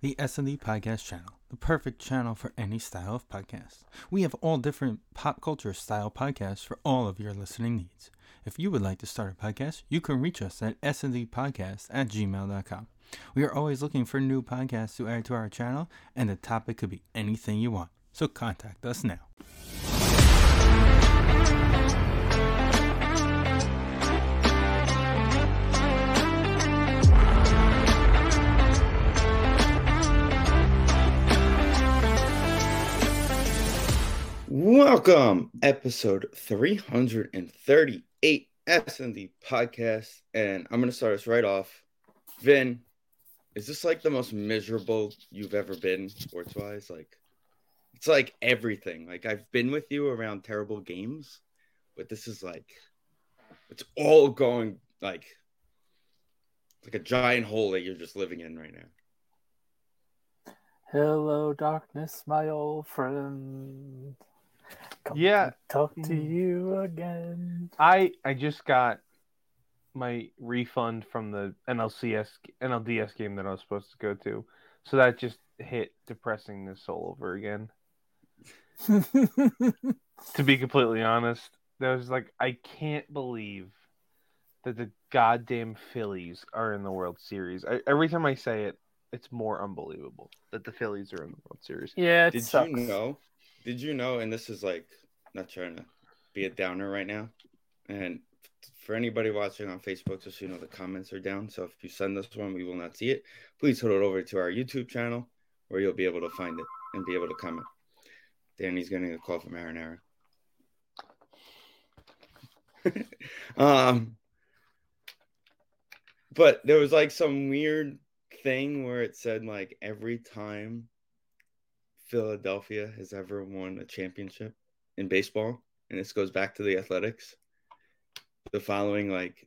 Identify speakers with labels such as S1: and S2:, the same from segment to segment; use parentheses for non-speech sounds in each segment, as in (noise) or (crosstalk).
S1: the SD Podcast channel, the perfect channel for any style of podcast. We have all different pop culture style podcasts for all of your listening needs. If you would like to start a podcast, you can reach us at sndpodcast at gmail.com. We are always looking for new podcasts to add to our channel, and the topic could be anything you want. So contact us now.
S2: Welcome, episode 338 SND podcast. And I'm going to start us right off. Vin, is this like the most miserable you've ever been sports wise? Like, it's like everything. Like, I've been with you around terrible games, but this is like, it's all going like, like a giant hole that you're just living in right now.
S3: Hello, darkness, my old friend. Come
S4: Yeah.
S3: to talk to you again. (laughs)
S4: I I just got my refund from the NLCS NLDS game that I was supposed to go to, so that just hit depressingness all over again. To be completely honest, that was like I can't believe that the goddamn Phillies are in the World Series. I, every time I say it, it's more unbelievable that the Phillies are in the World Series.
S3: yeah, it
S2: did
S3: sucks.
S2: you know? Did you know? And this is like not trying to be a downer right now. And for anybody watching on Facebook, just so you know, the comments are down. So if you send this one, we will not see it. Please head it over to our YouTube channel where you'll be able to find it and be able to comment. Danny's getting a call from Marinara. (laughs) um, but there was like some weird thing where it said like every time Philadelphia has ever won a championship in baseball, and this goes back to the athletics. The following like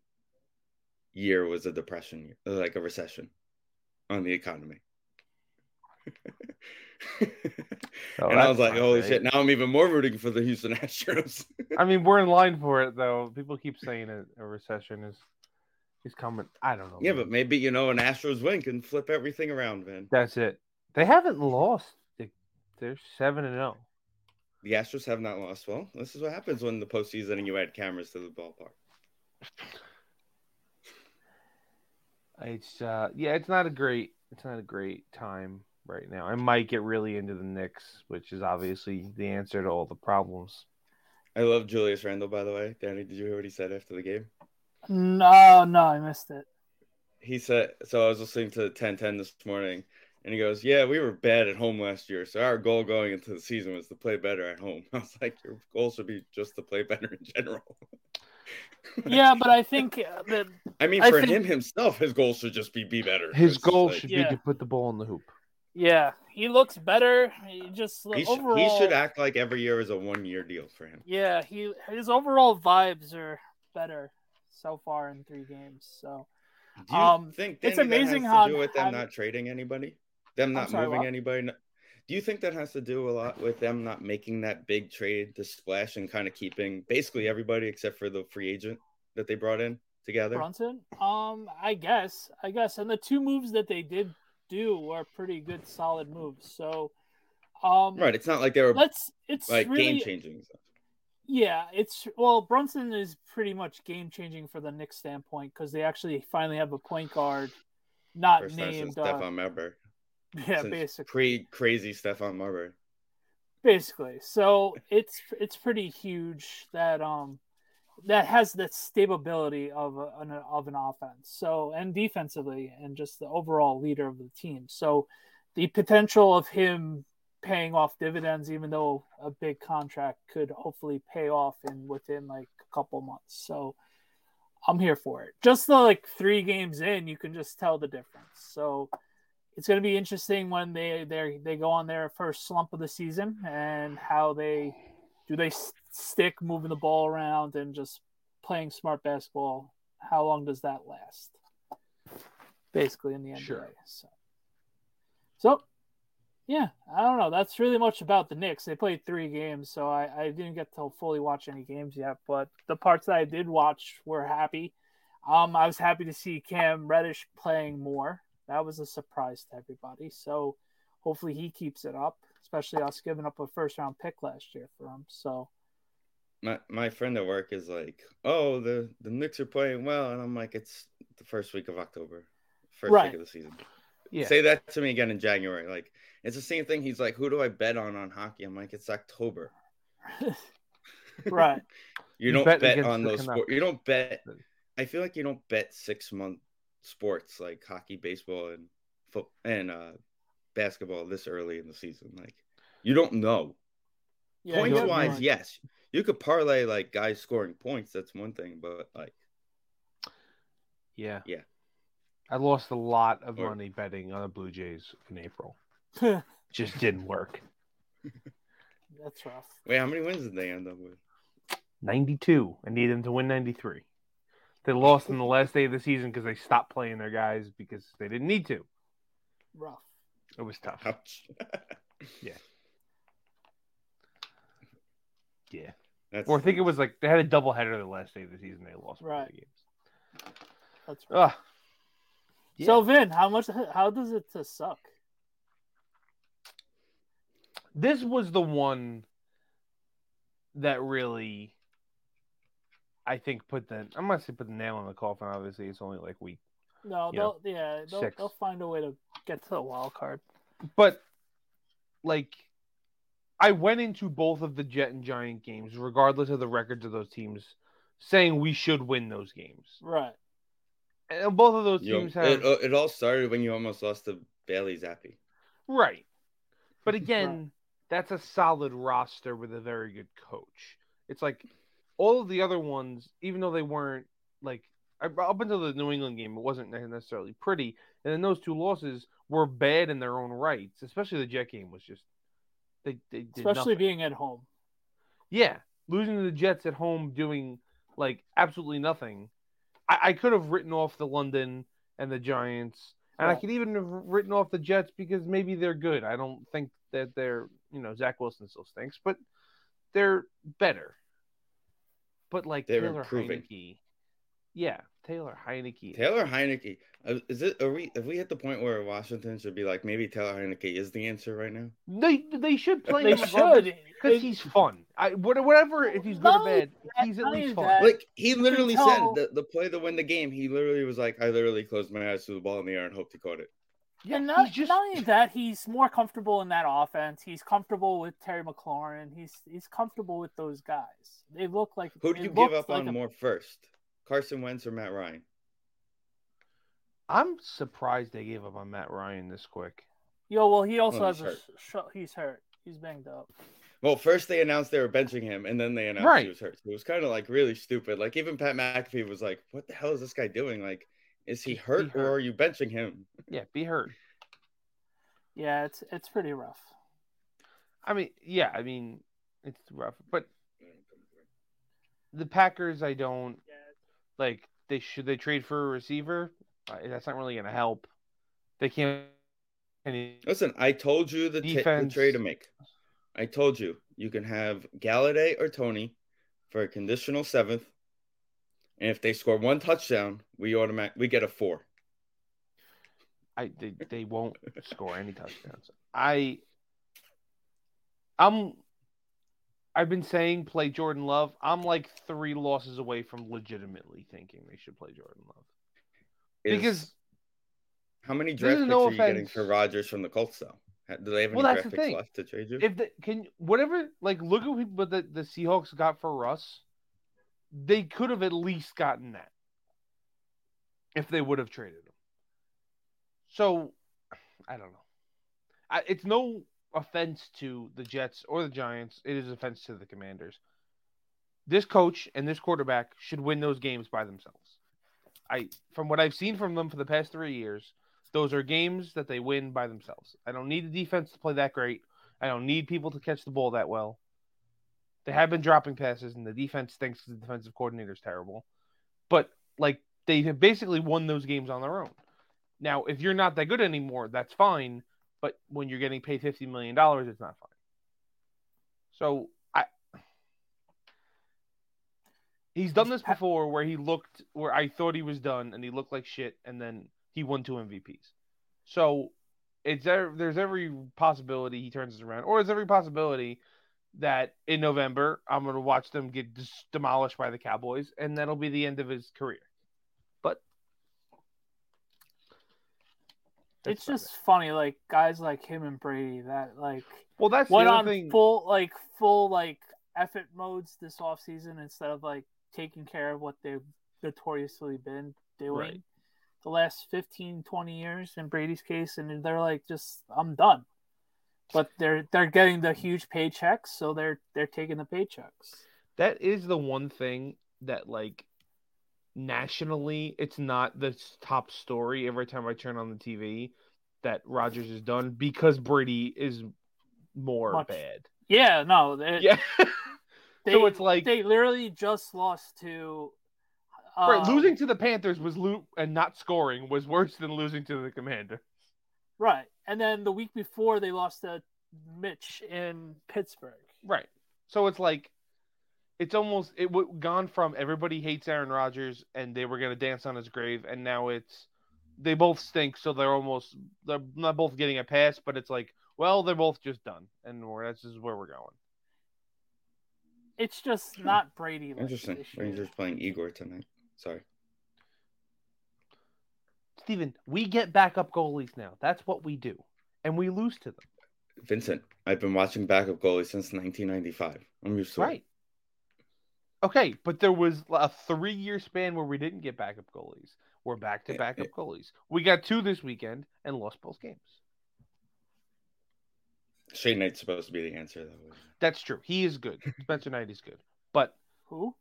S2: year was a depression year, uh, like a recession on the economy. (laughs)
S4: So
S2: and I was
S4: that's
S2: like,
S4: not
S2: holy
S4: great.
S2: shit, now I'm even more rooting for the Houston Astros. (laughs)
S4: I mean, we're in line for it though. People keep saying a, a recession is is coming. I don't know.
S2: yeah,
S4: man.
S2: but maybe, you know, an Astros win can flip everything around, man.
S4: That's it. They haven't lost. They- They're seven and oh. zero.
S2: The Astros have not lost. Well, this is what happens when the postseason and you add cameras to the ballpark.
S4: It's uh, yeah, it's not a great, it's not a great time right now. I might get really into the Knicks, which is obviously the answer to all the problems.
S2: I love Julius Randle, by the way. Danny, did you hear what he said after the game?
S3: No, no, I missed it.
S2: he said so i was listening to 1010 this morning and he goes yeah we were bad at home last year so our goal going into the season was to play better at home (laughs) i was like your goal should be just to play better in general (laughs)
S3: Yeah, but I think uh, that
S2: i mean
S3: I
S2: for
S3: think-
S2: him himself his goal should just be be better
S4: His
S2: It's
S4: goal
S2: like,
S4: should
S3: Yeah.
S4: be to put the ball in the hoop.
S3: yeah, he looks better. He just
S2: he should,
S3: overall.
S2: he should act like every year is a one-year deal for him
S3: Yeah, he his overall vibes are better so far in three games. So
S2: do you
S3: Um,
S2: think
S3: it's
S2: Danny, that
S3: amazing
S2: has
S3: how-
S2: to do with them
S3: how-
S2: not trading anybody them not
S3: sorry,
S2: moving
S3: what?
S2: anybody do you think that has to do a lot with them not making that big trade to splash and kind of keeping basically everybody except for the free agent that they brought in together
S3: Brunson, um, I guess, I guess, and the two moves that they did do were pretty good, solid moves. So, um,
S2: right it's not like they were
S3: Let's. It's
S2: like
S3: really
S2: game changing
S3: yeah. It's well, Brunson is pretty much game changing for the Knicks standpoint because they actually finally have a point guard not
S2: first time since
S3: named. Uh,
S2: Stephon Marbury.
S3: yeah,
S2: since
S3: basically.
S2: pre crazy Stephon Marbury.
S3: basically so it's it's pretty huge that um that has the stability of a, an of an offense so and defensively and just the overall leader of the team so the potential of him paying off dividends even though a big contract could hopefully pay off in within like a couple months so i'm here for it just the like three games in you can just tell the difference so it's going to be interesting when they they they go on their first slump of the season and how they do they s- stick moving the ball around and just playing smart basketball. How long does that last? Basically, in the NBA.
S4: Sure.
S3: So, so yeah, I don't know. That's really much about the Knicks. They played three games, so I, I didn't get to fully watch any games yet. But the parts that I did watch were happy. Um, I was happy to see Cam Reddish playing more. that was a surprise to everybody. So hopefully he keeps it up, especially us giving up a first round pick last year for him.
S4: (laughs)
S3: So
S2: my my friend at work is like, "Oh, the the Knicks are playing well," and I'm like, "It's the first week of October, first
S3: Right.
S2: week of the season."
S4: Yeah.
S2: Say that to me again in January. Like it's the same thing. He's like, "Who do I bet on on hockey?" I'm like, "It's October.
S3: right,
S2: (laughs) You,
S4: You
S2: don't
S4: bet
S2: bet,
S4: against
S2: on
S4: the
S2: those sports.
S4: Canucks.
S2: You don't bet. I feel like you don't bet six month sports like hockey, baseball, and foot and uh, basketball this early in the season. Like you don't know.
S3: yeah,
S2: points
S3: you're
S2: wise,
S3: right.
S2: yes, you could parlay like guys scoring points. That's one thing, but like
S4: Yeah.
S2: Yeah.
S4: I lost a lot of
S2: Or-
S4: money betting on the Blue Jays in April. Just didn't work.
S3: (laughs) that's rough.
S2: wait, how many wins did they end up with? (laughs)
S4: 92. I need them to win 93. They lost in the last day of the season because they stopped playing their guys because they didn't need to.
S3: Rough.
S4: It was tough.
S2: Ouch.
S4: Yeah.
S2: That's
S4: Or I think it was like they had a doubleheader the last day of the season. They lost both
S3: Right.
S4: the games.
S3: That's rough.
S4: Ugh.
S3: So Vin, how much? How does it to suck?
S4: this was the one that really I think put the I'm not saying put the nail in the coffin, obviously it's only like week.
S3: No,
S4: You know,
S3: they'll, yeah, they'll,
S4: six.
S3: they'll find a way to get to the wild card.
S4: But like I went into both of the Jet and Giant games, regardless of the records of those teams, saying we should win those games.
S3: Right.
S4: And both of those
S2: You-
S4: teams have
S2: it, it all started when you almost lost to Bailey Zappi.
S4: Right. But again, that's a solid roster with a very good coach. It's like all of the other ones, even though they weren't like up until the New England game, it wasn't necessarily pretty. And then those two losses were bad in their own rights, especially the Jet game was just they they did
S3: Especially
S4: nothing.
S3: being at home.
S4: Yeah, losing to the Jets at home, doing like absolutely nothing. I, I could have written off the London and the Giants, and I
S3: Right.
S4: could even have written off the Jets because maybe they're good. I don't think that they're you know Zach Wilson still stinks, but they're better. But like
S2: They're
S4: Taylor
S2: improving.
S4: Heineke, yeah, Taylor Heineke.
S2: Taylor Heineke. uh, Is it? Are we? Have we hit the point where Washington should be like, maybe Taylor Heineke is the answer right now?
S4: they they should play
S3: They
S4: him above
S3: should.
S4: because he's fun. I what- whatever if he's good
S3: Not
S4: or
S3: only
S4: bad, he's at
S3: not
S4: least
S3: only
S4: fun.
S3: that,
S2: Like he
S3: can
S2: literally said
S3: tell-
S2: the, the play to win the game. He literally was like, I literally closed my eyes to the ball in the air and hoped he caught it.
S4: Yeah,
S3: and not,
S4: he's just-
S3: not only that, he's more comfortable in that offense. He's comfortable with Terry McLaurin. He's he's comfortable with those guys. They look like
S2: Who do
S3: it
S2: you give
S3: looks
S2: up
S3: like
S2: on
S3: a-
S2: more first, Carson Wentz or Matt Ryan?
S4: I'm surprised they gave up on Matt Ryan this quick.
S3: Yo, well, he also
S2: Oh,
S3: has
S2: he's
S3: a
S2: hurt.
S3: sh- he's hurt. He's banged up.
S2: Well, first they announced they were benching him, and then they announced
S4: Right.
S2: he was hurt. So it was kind of like really stupid. Like even Pat McAfee was like, "What the hell is this guy doing? Like, is he
S4: He- he
S2: hurt,
S4: hurt.
S2: or are you benching him?"
S4: Yeah, be hurt.
S3: Yeah, it's it's pretty rough.
S4: I mean, yeah, I mean, it's rough, but the Packers, I don't like. They should they trade for a receiver? Uh, that's not really going to help. They can't. Any,
S2: Listen, I told you the, t- the
S4: Defense.
S2: trade to make. I told you you can have Galladay or Tony for a conditional seventh, and if they score one touchdown, we automatic we get a four.
S4: I they, they won't score any touchdowns. I I'm I've been saying play Jordan Love. I'm like three losses away from legitimately thinking they should play Jordan Love
S2: Is-
S4: because
S2: how many
S4: is
S2: draft picks
S4: no
S2: are you getting
S4: offense.
S2: for Rodgers from the Colts though? Ha- Do they have any
S4: Well, that's
S2: draft
S4: the
S2: picks
S4: thing.
S2: left to trade you?
S4: if the can whatever like look at what the, the Seahawks got for Russ, they could have at least gotten that if they would have traded him. So I don't know. I, it's no offense to the Jets or the Giants. It is offense to the Commanders. This coach and this quarterback should win those games by themselves. I from what I've seen from them for the past three years, those are games that they win by themselves. I don't need the defense to play that great. I don't need people to catch the ball that well. They have been dropping passes, and the defense thinks the defensive coordinator's terrible. But like they have basically won those games on their own. Now, if you're not that good anymore, that's fine. But when you're getting paid fifty million dollars, it's not fine. So I he's done this before where he looked where I thought he was done and he looked like shit and then he won two MVPs. So it's ev- there's every possibility he turns this around, or there's every possibility that in November I'm going to watch them get dis- demolished by the Cowboys, and that'll be the end of his career. But that's
S3: it's
S4: about
S3: just
S4: it.
S3: funny, like guys like him and Brady that like
S4: well, that's
S3: went
S4: the
S3: on
S4: other thing.
S3: full like full like effort modes this off season instead of like taking care of what they've notoriously been doing
S4: Right.
S3: the last 15 20 years in Brady's case and they're like just I'm done but they're they're getting the huge paychecks so they're they're taking the paychecks
S4: that is the one thing that like nationally it's not the s- top story every time I turn on the TV that Rogers is done because Brady is more
S3: Much.
S4: bad.
S3: yeah no they,
S4: Yeah. (laughs)
S3: they,
S4: so it's like
S3: they literally just lost to uh,
S4: right, losing to the Panthers was lo- and not scoring was worse than losing to the Commander.
S3: right and then the week before they lost to Mitch in Pittsburgh
S4: Right. So it's like it's almost it w- gone from everybody hates Aaron Rodgers and they were gonna dance on his grave, and now it's they both stink, so they're almost they're not both getting a pass, but it's like well they're both just done, and we're, that's just where we're going.
S3: It's just not Brady.
S2: Hmm. Interesting. Rangers playing Igor tonight. Sorry.
S4: Steven, we get backup goalies now. That's what we do, and we lose to them.
S2: Vincent, I've been watching backup goalies since 1995. I'm used to it.
S4: Right. Okay, but there was a three-year span where we didn't get backup goalies. We're back to
S2: Yeah,
S4: backup goalies. We got two this weekend and lost both games.
S2: Shane Knight's supposed to be the answer, though.
S4: That's true. He
S2: (laughs)
S4: is good. Spencer Knight is good. But
S3: Who?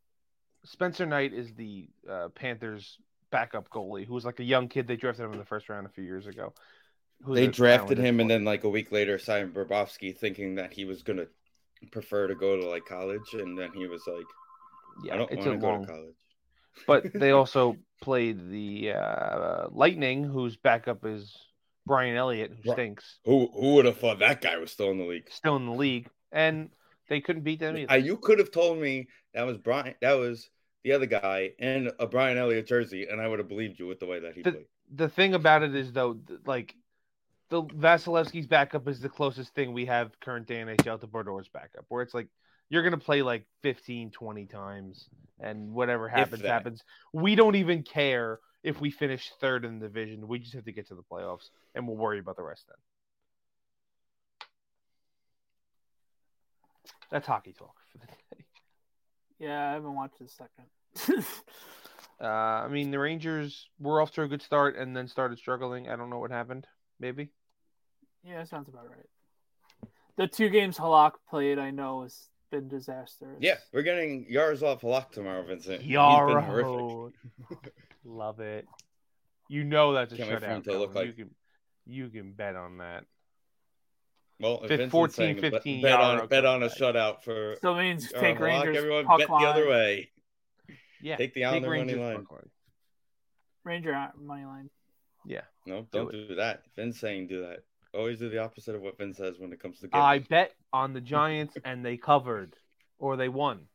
S4: Spencer Knight is the uh, Panthers backup goalie who was like a young kid. They drafted him in the first round a few years ago. who's
S2: They
S4: a
S2: drafted
S4: talented
S2: him, and
S4: player.
S2: then like a week later, Simon Bobrovsky, thinking that he was gonna prefer to go to like college, and then he was like,
S4: yeah,
S2: "I don't
S4: it's
S2: want
S4: a
S2: to go
S4: long.
S2: to college."
S4: (laughs) but
S2: (laughs)
S4: they also played the uh, Lightning, whose backup is Brian Elliott, who
S2: Right.
S4: stinks,
S2: Who who would have thought that guy was still in the league?
S4: still in the league, and they couldn't beat them either.
S2: Uh, you could have told me that was Brian. That was the other guy in a Brian Elliott jersey, and I would have believed you with the way that he
S4: The-
S2: played.
S4: the thing about it is though, th- like the Vasilevsky's backup is the closest thing we have current day NHL to Bordeaux's backup, where it's like you're gonna play like 15, 20 times, and whatever happens,
S2: that.
S4: happens. We don't even care if we finish third in the division. We just have to get to the playoffs, and we'll worry about the rest then. That's hockey talk for the day.
S3: Yeah, I haven't watched the second. (laughs)
S4: Uh, I mean, the Rangers were off to a good start and then started struggling. I don't know what happened. Maybe.
S3: yeah, that sounds about right. The two games Halak played, I know, has been disastrous.
S2: Yeah, we're getting Yaroslav Halak tomorrow, Vincent. He's been horrific.
S4: Yarrow. Love it. You know that's a
S2: Can't wait for him
S4: shutout.
S2: to look
S4: Colin.
S2: like-
S4: You can you can bet on that.
S2: Well, if
S4: Fif-
S2: Vincent's
S4: 14,
S2: saying bet-
S4: 15
S2: bet
S4: Yarrow
S2: on bet on a
S4: comeback.
S2: shutout for
S3: So it means
S2: Yaroslav
S3: take
S2: Uh, Halak.
S3: Rangers
S2: Everyone
S3: puck
S2: bet
S3: line,
S2: the other way.
S4: Yeah.
S2: Take the Islander money line.
S4: puck line.
S3: Ranger money line.
S2: No,
S4: Do
S2: don't do, that. Vin's saying do that. Always do the opposite of what Vin says when it comes to
S4: I
S2: gambling.
S4: bet on the Giants and they covered or they won.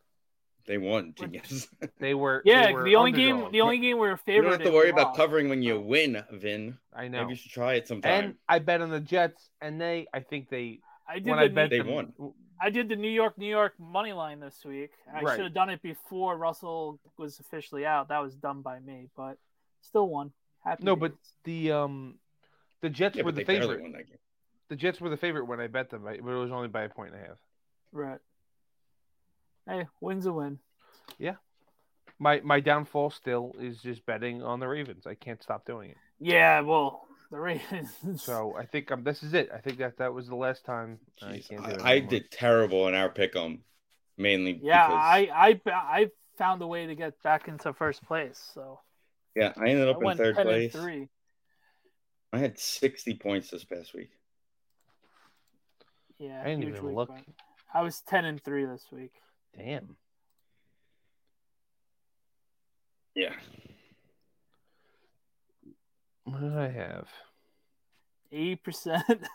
S2: They won, genius. (laughs) you
S4: They were they
S3: Yeah,
S4: were
S3: the only game,
S4: underdogs.
S3: the only game we were favored.
S2: don't have to
S3: in,
S2: worry
S3: we
S2: about
S3: lost.
S2: covering when you win, Vin.
S4: I know.
S2: Maybe you should try it sometime.
S4: And I bet on the Jets and they I think they
S3: I did
S4: when
S3: the
S4: I bet
S3: New,
S2: They
S4: them,
S2: won.
S3: I did the New York New York money line this week. I
S4: Right.
S3: should have done it before Russell was officially out. That was dumb by me, but still won. Happy
S4: No, but
S3: days.
S4: the um the Jets
S2: yeah,
S4: were
S2: but
S4: the
S2: they barely
S4: favorite.
S2: won that game.
S4: The Jets were the favorite when I bet them, I- but it was only by a point and a half.
S3: Right. Hey, win's a win.
S4: My my downfall still is just betting on the Ravens. I can't stop doing it.
S3: Yeah, well, the Ravens.
S4: So I think um, this is it. I think that that was the last time.
S2: Jeez,
S4: can't do it
S2: I, I
S4: anymore.
S2: did terrible in our pick 'em, mainly
S3: (laughs) yeah,
S2: because
S3: I, I I found a way to get back into first place. So
S2: yeah, I ended
S3: I
S2: up in
S3: went
S2: third
S3: 10
S2: place.
S3: and three.
S2: I had 60 points this past week.
S3: Yeah,
S4: I didn't
S3: huge
S4: even
S3: week,
S4: look.
S3: but I was ten and three this week.
S4: Damn.
S2: Yeah.
S4: What did I have?
S3: Eighty percent. (laughs)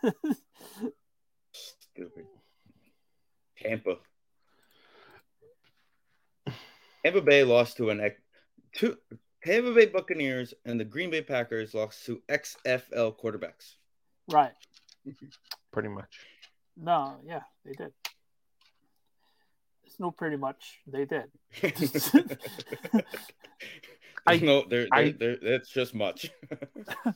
S2: Stupid. Tampa. Tampa Bay lost to an ex- two Tampa Bay Buccaneers and the Green Bay Packers lost to XFL quarterbacks.
S3: Right.
S4: pretty much.
S3: No, yeah, they did. It's no pretty much. They did.
S4: I-
S2: I (laughs) no, there,
S4: (laughs) I-
S2: there, there, that's just much. (laughs)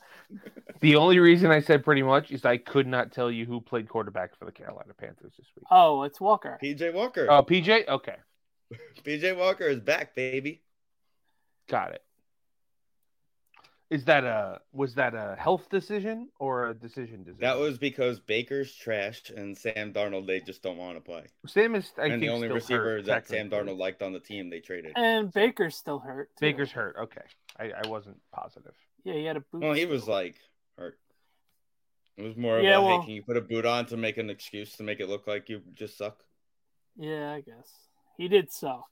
S4: The only reason I said pretty much is I could not tell you who played quarterback for the Carolina Panthers this week.
S3: Oh, it's Walker.
S2: PJ Walker.
S4: Oh, PJ? Okay.
S2: PJ Walker is back, baby.
S4: Got it. Is that a was that a health decision or a decision decision?
S2: That was because Baker's trash and Sam Darnold they just don't want to play.
S4: Sam is I
S2: and
S4: think
S2: the only
S4: still
S2: receiver
S4: hurt,
S2: that Sam
S4: technically.
S2: Darnold liked on the team they traded.
S3: And Baker's still hurt. too.
S4: Baker's hurt. Okay, I, I wasn't positive.
S3: Yeah, he had a boot.
S2: Well, he was like hurt. It was more of
S3: Yeah,
S2: a
S3: well-
S2: hey, can you put a boot on to make an excuse to make it look like you just suck?
S3: Yeah, I guess he did suck.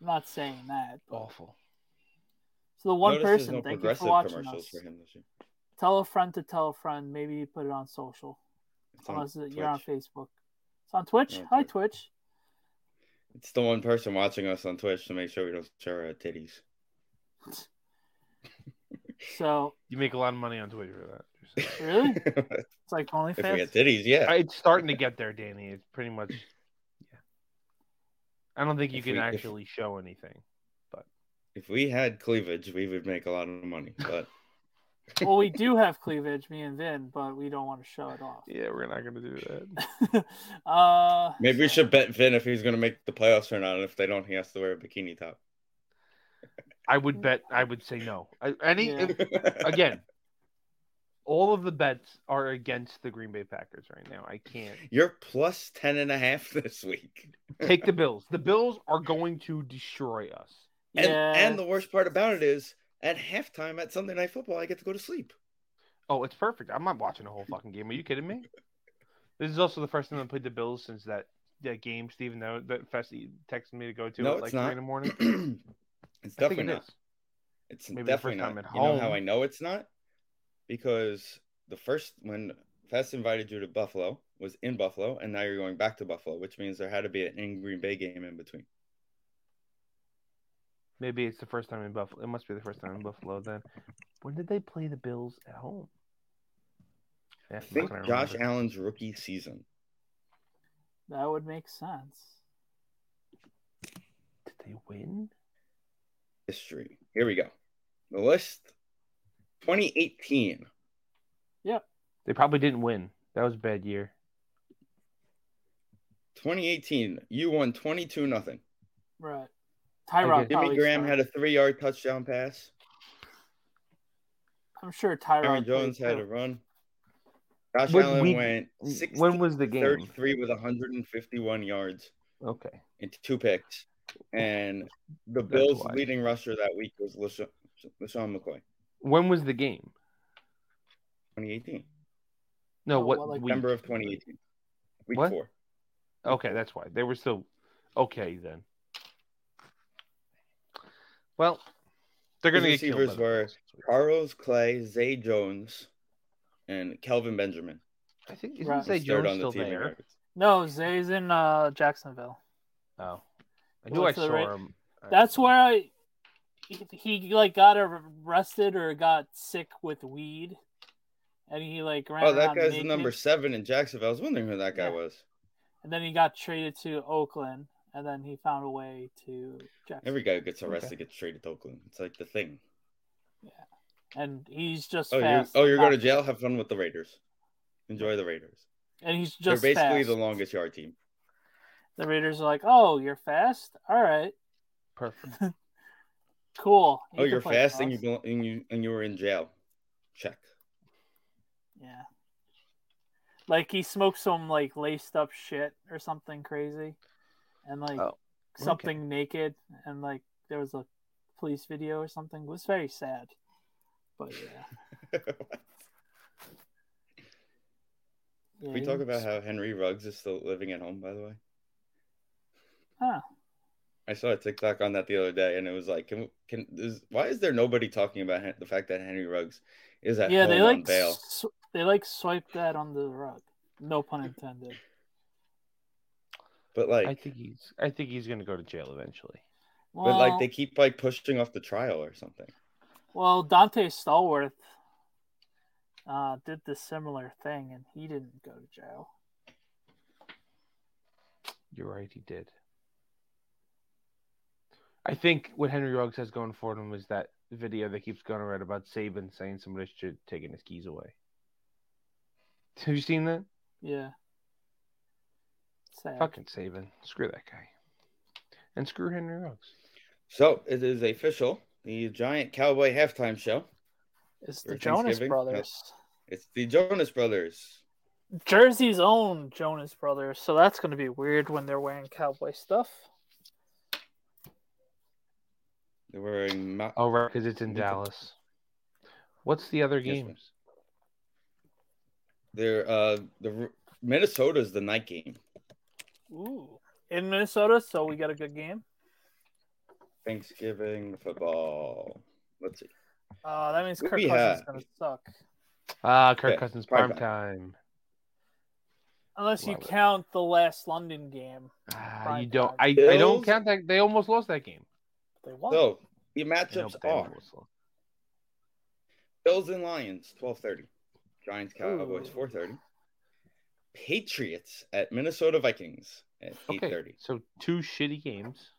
S3: I'm not saying that. but-
S4: Awful.
S3: So the one
S2: Notice there's
S3: person.
S2: no
S3: thank you
S2: progressive
S3: for watching
S2: commercials
S3: us.
S2: for him this year.
S3: Tell a friend to tell a friend. Maybe put it on social.
S2: It's, on
S3: Unless you're on
S2: Twitch.
S3: Facebook. It's on Twitch.
S2: We're on
S3: Hi,
S2: Twitch.
S3: Twitch.
S2: It's the one person watching us on Twitch to make sure we don't show our titties.
S3: So
S4: You make a lot of money on Twitter for that.
S2: (laughs)
S4: Just-
S3: Really?
S2: if
S3: it's like
S2: we
S3: OnlyFans.
S2: get titties, yeah.
S4: I- it's starting to get there, Danny. It's pretty much. Yeah. I don't think you
S2: If
S4: can
S2: we- if-
S4: actually show anything.
S2: If we had cleavage, we would make a lot of money.
S3: (laughs)
S2: But (laughs)
S3: well, we do have cleavage, me and Vin, but we don't want to show it off.
S4: Yeah, we're not gonna do that.
S3: (laughs) uh,
S2: maybe we
S3: so-
S2: should bet Vin if he's going to make the playoffs or not. If they don't, he has to wear a bikini top. (laughs)
S4: I would bet. I would say no. I, any
S3: Yeah.
S4: again. All of the bets are against the Green Bay Packers right now. I can't
S2: You're plus 10 and a half this week.
S4: take the Bills. The Bills are going to destroy us.
S2: And,
S3: yeah,
S2: and the worst part about it is at halftime at Sunday Night Football, I get to go to sleep. (clears throat)
S4: Oh, it's perfect. I'm not watching a whole fucking game. Are you kidding
S2: (laughs)
S4: me? This is also the first time I played the Bills since that, that game, Steven, that, that fest that you texted me to go to
S2: No, it's
S4: at like
S2: not.
S4: three in the
S2: (clears throat)
S4: morning.
S2: it's
S4: I think
S2: definitely
S4: it
S2: not.
S4: is.
S2: It's
S4: Maybe the
S2: definitely
S4: first time
S2: not.
S4: at
S2: you know how
S4: home.
S2: I know it's not? Because the first when Fest invited you to Buffalo was in Buffalo, and now you're going back to Buffalo, which means there had to be an in Green Bay game in between.
S4: Maybe it's the first time in Buffalo. It must be the first time in Buffalo then. When did they play the Bills at home?
S2: I
S4: Yeah, I'm not
S2: think
S4: gonna
S2: Josh
S4: remember.
S2: Allen's rookie season.
S3: that would make sense.
S4: Did they win?
S2: history. Here we go. The list 2018.
S4: They probably didn't win. That was a bad year.
S2: 2018, you won 22 nothing.
S3: Right. Tyrod.
S4: Okay.
S2: Jimmy
S3: probably
S2: Graham
S3: started.
S2: had a three yard touchdown pass.
S3: I'm sure Tyrod.
S2: Aaron
S3: played
S2: Jones had
S3: too.
S2: a run. Josh
S4: What
S2: Allen
S4: week-
S2: went
S4: when was the game?
S2: 33 with 151 yards
S4: Okay.
S2: and two picks. And the
S4: That's
S2: Bills'
S4: why.
S2: leading rusher that week was LaShawn, LaShawn McCoy,
S4: When was the game?
S2: 2018.
S4: No,
S3: Oh,
S4: what
S3: well, like-
S4: week?
S2: November of 2018. Week
S4: What?
S2: four.
S4: Okay, that's why they were still okay then. Well, they're
S2: His
S4: gonna get killed by
S2: receivers
S4: the
S2: were-
S4: Bills.
S2: Carlos Clay, Zay Jones, and Kelvin Benjamin.
S4: I think isn't
S3: Right.
S4: Zay
S2: was third
S4: Jones still
S2: in
S4: there?
S2: yards.
S3: No, Zay's in uh, Jacksonville.
S4: Oh, I
S3: Well,
S4: knew I
S3: that's the
S4: saw
S3: right-
S4: him. I-
S3: That's where I he, he like got arrested or got sick with weed, and he like ran.
S2: Oh, that
S3: around
S2: guy's the
S3: naked,
S2: number seven in Jacksonville. I was wondering who that guy
S3: Yeah.
S2: was.
S3: And then he got traded to Oakland, and then he found a way to Jacksonville.
S2: Every guy who gets arrested
S4: Okay.
S2: gets traded to Oakland. It's like the thing.
S3: and he's just
S2: Oh, you're,
S3: fast.
S2: oh, you're going to
S3: not-
S2: jail. Have fun with the Raiders. Enjoy the Raiders.
S3: And he's just
S2: They're basically
S3: fast.
S2: the longest yard team.
S3: The Raiders are like, "Oh, you're fast. All right, (laughs)
S4: perfect.
S3: cool. You
S2: oh,
S3: can
S2: you're
S3: play
S2: fast
S3: for
S2: and you,
S3: us."
S2: belo- and you and you were in jail. Check. (laughs)
S3: Yeah. Like he smoked some like laced up shit or something crazy, and like
S4: Oh,
S3: something naked, and like there was a police video or something. It was very sad, but yeah. yeah
S2: we
S3: he
S2: talk about
S3: was-
S2: how Henry Ruggs is still living at home, by the way.
S3: Huh.
S2: I saw a TikTok on that the other day, and it was like, can can is, why is there nobody talking about Hen- the fact that Henry Ruggs is at
S3: yeah,
S2: home
S3: they
S2: on
S3: like
S2: bail?
S3: s- they like swipe that under the rug. No pun intended.
S2: But
S4: I
S2: like,
S4: think he's. I think he's gonna go to jail eventually.
S3: Well,
S2: (laughs) but like they keep like pushing off the trial or something.
S3: well, Dante Stallworth uh, did the similar thing, and he didn't go to jail.
S4: You're right, he did. I think what Henry Ruggs has going for him is that video that keeps going around about Saban saying somebody should have taken his keys away. Have you seen that?
S3: Yeah. Sad.
S4: Fucking Saban. Screw that guy. And screw Henry Ruggs.
S2: So it is official. The Giant Cowboy halftime show.
S3: It's
S2: Or
S3: the Jonas
S2: Thanksgiving?
S3: Brothers.
S2: It's the Jonas Brothers.
S3: Jersey's own Jonas Brothers, so that's going to be weird when they're wearing cowboy stuff.
S2: They're wearing. Ma-
S4: Oh, right, because it's in
S2: Yes, ma'am.
S4: Dallas. What's the other
S2: Yes, ma'am.
S4: games?
S2: They're uh the Minnesota's the night game.
S3: Ooh. In Minnesota, so we got a good game.
S2: Thanksgiving football. Let's see.
S3: Uh, that means
S2: What
S3: Kirk
S2: we
S3: Cousins is
S2: have?
S3: going to suck.
S4: Ah, Kirk
S2: Okay,
S4: Cousins
S2: prime
S4: prime time.
S3: Unless you
S4: Love it.
S3: count the last London game.
S4: Ah,
S3: Prime
S4: you don't.
S3: time.
S4: I, I don't
S2: Bills?
S4: count that. They almost lost that game.
S3: They won.
S2: So the
S4: I know,
S2: matchups
S4: but they
S2: are
S4: almost lost.
S2: Bills and Lions, twelve thirty. Giants Cowboys,
S3: Ooh.
S2: four thirty. Patriots at Minnesota Vikings at eight
S4: Okay,
S2: thirty.
S4: so two shitty games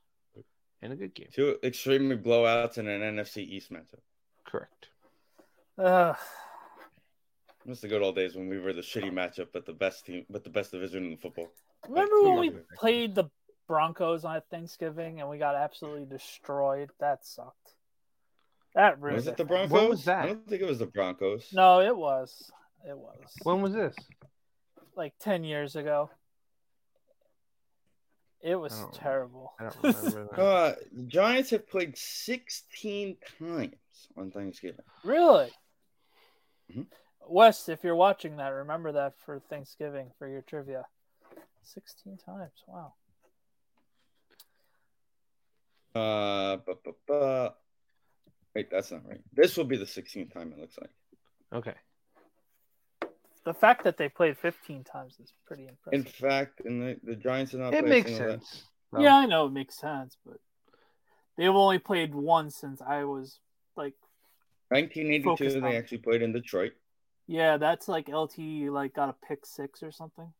S4: and a good game.
S2: Two extremely blowouts in an NFC East matchup.
S4: Correct.
S3: Ugh.
S2: Miss the good old days when we were the shitty matchup, but the best team, but the best division in football.
S3: Remember when we
S2: Like, yeah.
S3: played the Broncos on Thanksgiving and we got absolutely destroyed? That sucked. That ruined
S2: Was it the
S3: Broncos?
S2: Broncos?
S4: When was that?
S2: I don't think it was the Broncos.
S3: No, it was. It was.
S4: When was this?
S3: like 10 years ago. It was
S4: I don't-
S3: terrible. (laughs)
S4: I don't
S2: (laughs)
S4: remember. that.
S2: Uh, Giants have played 16 times on Thanksgiving.
S3: really?
S4: Mm-hmm.
S2: Mhm.
S3: Wes, if you're watching that, remember that for Thanksgiving for your trivia. 16 times. Wow.
S2: Uh, bu- bu- bu- wait, that's not right. This will be the 16th time it looks like.
S4: okay.
S3: The fact that they played 15 times is pretty
S2: In
S3: impressive.
S2: fact, and the, the Giants are not.
S4: It
S2: playing
S4: makes
S2: single-
S4: sense. though.
S3: yeah, I know it makes sense, but they've only played once since I was like,
S2: 1982,
S3: Focus on-
S2: they actually played in Detroit.
S3: yeah, that's like LTE like got a pick six or something.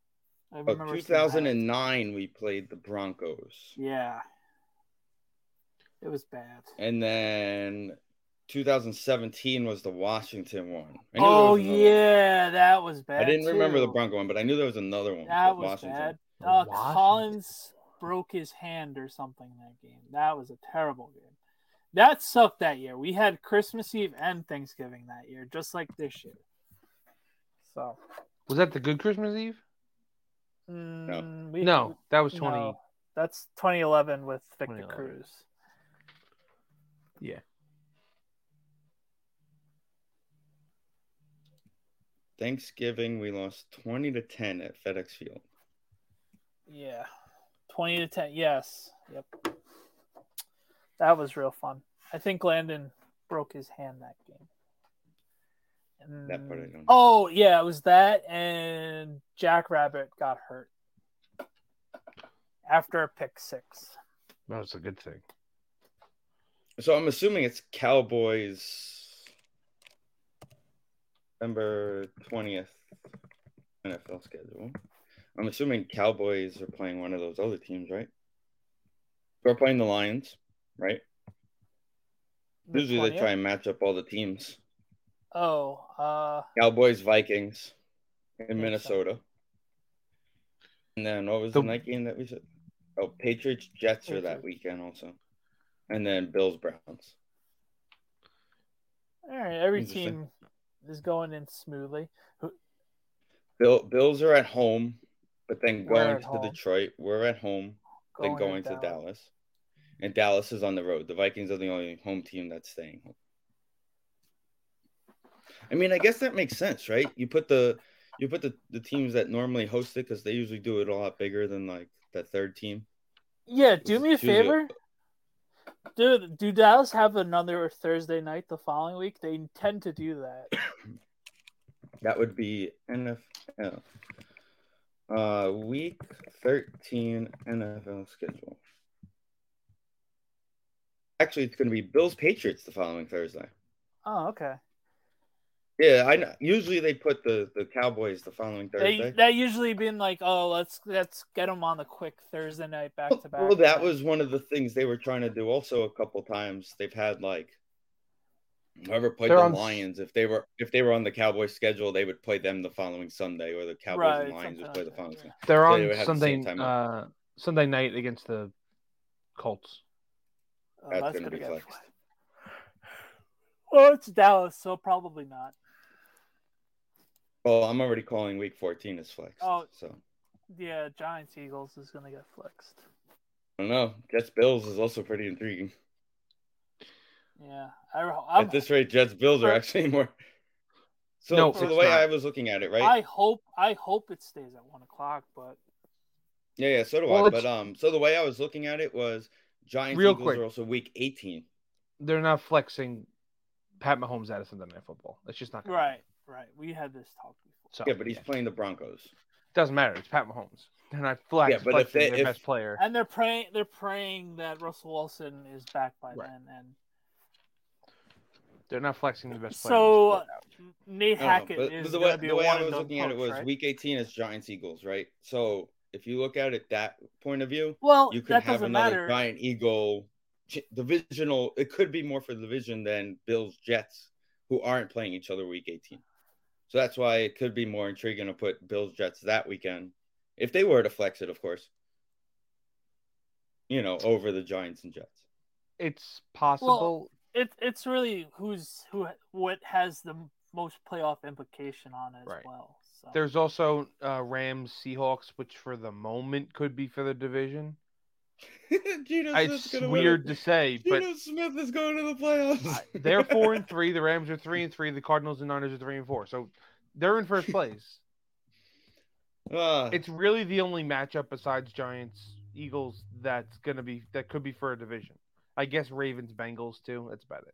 S3: I
S2: Oh,
S3: remember seeing that.
S2: 2009, we played the Broncos.
S3: Yeah. It was bad.
S2: And then 2017 was the Washington one. I knew there
S3: Oh
S2: was another one.
S3: yeah, that was bad.
S2: I didn't remember the
S3: too.
S2: Bronco one, but I knew there was another one.
S3: That
S2: with
S3: was bad.
S4: The
S3: Uh,
S4: Washington-
S3: Collins broke his hand or something that game. That was a terrible game. That sucked that year. We had Christmas Eve and Thanksgiving that year, just like this year. So
S4: Was that the good Christmas Eve?
S3: mm, we,
S4: No, that was
S3: no,
S4: twenty.
S3: that's 2011 with Victor
S4: 2011.
S3: Cruz.
S2: Thanksgiving, we lost 20 to 10 at FedEx Field.
S3: Yeah, 20 to 10. Yes. Yep. That was real fun. I think Landon broke his hand that game. And-
S2: That part I don't know.
S3: Oh yeah, it was that and Jackrabbit got hurt after a pick six.
S4: That was a good thing.
S2: So I'm assuming it's Cowboys November 20th NFL schedule. I'm assuming Cowboys are playing one of those other teams, right? They're playing the Lions, right?
S3: The
S2: Usually they
S3: 20th?
S2: try and match up all the teams.
S3: Oh, uh,
S2: Cowboys, Vikings in
S3: so.
S2: Minnesota. And then what was
S4: The-
S2: the, night game that we said? Oh, Patriots, Jets are that
S3: Patriots.
S2: weekend also. And then Bills, Browns.
S3: all right. Every team
S2: Interesting.
S3: is going in smoothly.
S2: Bill, Bills are at home, but then
S3: We're
S2: going
S3: at
S2: to
S3: home.
S2: Detroit. We're at home,
S3: Going
S2: then going to Dallas. And Dallas is on the road. The Vikings are the only home team that's staying home. I mean, I guess that makes sense, right? You put the you put the, the teams that normally host it because they usually do it a lot bigger than like that third team.
S3: Yeah, do me a
S2: It's usually-
S3: favor. Do do Dallas have another Thursday night the following week? They tend to do that.
S2: That would be NFL. Uh, week 13 NFL schedule. Actually, it's going to be Bills Patriots the following Thursday.
S3: Oh, okay.
S2: Yeah, I know. Usually they put the, the Cowboys the following Thursday.
S3: They, that usually being like, oh, let's let's get them on the quick Thursday night back to back.
S2: Well, that was one of the things they were trying to do. Also, a couple times they've had like whoever played
S4: They're
S2: the
S4: on-
S2: Lions, if they were if they were on the Cowboys schedule, they would play them the following Sunday, or the Cowboys and Lions would play the following. Sunday.
S4: They're
S2: So
S4: on
S2: they would have the
S4: Sunday
S2: same time
S4: uh, Sunday night against the Colts.
S3: Oh,
S2: That's gonna
S3: that's gonna
S2: be
S3: get
S2: flexed.
S3: flexed. Well, it's Dallas, so probably not.
S2: Well, I'm already calling Week 14 as flex.
S3: Oh.
S2: so
S3: Yeah, Giants Eagles is gonna get flexed.
S2: I don't know. Jets Bills is also pretty intriguing.
S3: Yeah, I, I'm,
S2: At this rate, Jets Bills are
S3: Or-
S2: actually (laughs) more. So,
S4: No,
S2: so
S4: it's
S2: the way
S4: not.
S2: I was looking at it, right?
S3: I hope I hope it stays at one o'clock, but
S2: Yeah, yeah, so do
S4: Well,
S2: I.
S4: it's-
S2: But um, so the way I was looking at it was Giants
S4: Real
S2: Eagles
S4: quick.
S2: are also week 18.
S4: They're not flexing Pat Mahomes out of Sunday night football. It's just not gonna happen.
S3: right, right. We had this talk before.
S4: So
S2: Yeah, but he's
S4: Oh, yeah.
S2: playing the Broncos.
S4: doesn't matter. It's Pat Mahomes. They're not flex,
S2: Yeah, but if
S4: flexing
S2: they-
S4: their
S2: if-
S4: best player.
S3: And they're praying they're praying that Russell Wilson is back by
S4: Right.
S3: then and
S4: They're not flexing the best player.
S3: So,
S4: Just flip out.
S3: Nate
S2: I don't know,
S3: Hackett
S2: but- but
S3: is
S2: the
S3: going
S2: way,
S3: to be
S2: the
S3: a
S2: way
S3: one
S2: I
S3: and
S2: was
S3: done
S2: looking at it
S3: coach,
S2: was
S3: right?
S2: week 18 is Giants Eagles, right? So if you look at it that point of view,
S3: Well,
S2: you could
S3: Oh, that
S2: have
S3: doesn't
S2: another
S3: matter.
S2: Giant Eagle ch- divisional. It could be more for the division than Bills Jets, who aren't playing each other week 18. So that's why it could be more intriguing to put Bills Jets that weekend, if they were to flex it, of course. You know, over the Giants and Jets. (laughs)
S4: it's possible.
S3: It, it's really who's who what has the most playoff implication on it as
S4: Right.
S3: well. So
S4: There's also uh, Rams Seahawks, which for the moment could be for the division.
S2: Geno
S4: It's weird to say, but
S2: Geno Smith is going to the playoffs.
S4: I- they're four and three. The Rams are three and three. The Cardinals and Niners are three and four. So they're
S2: (laughs)
S4: in first place.
S2: (laughs) Ah,
S4: It's really the only matchup besides Giants Eagles that's gonna be that could be for a division. I guess Ravens Bengals too. That's about it.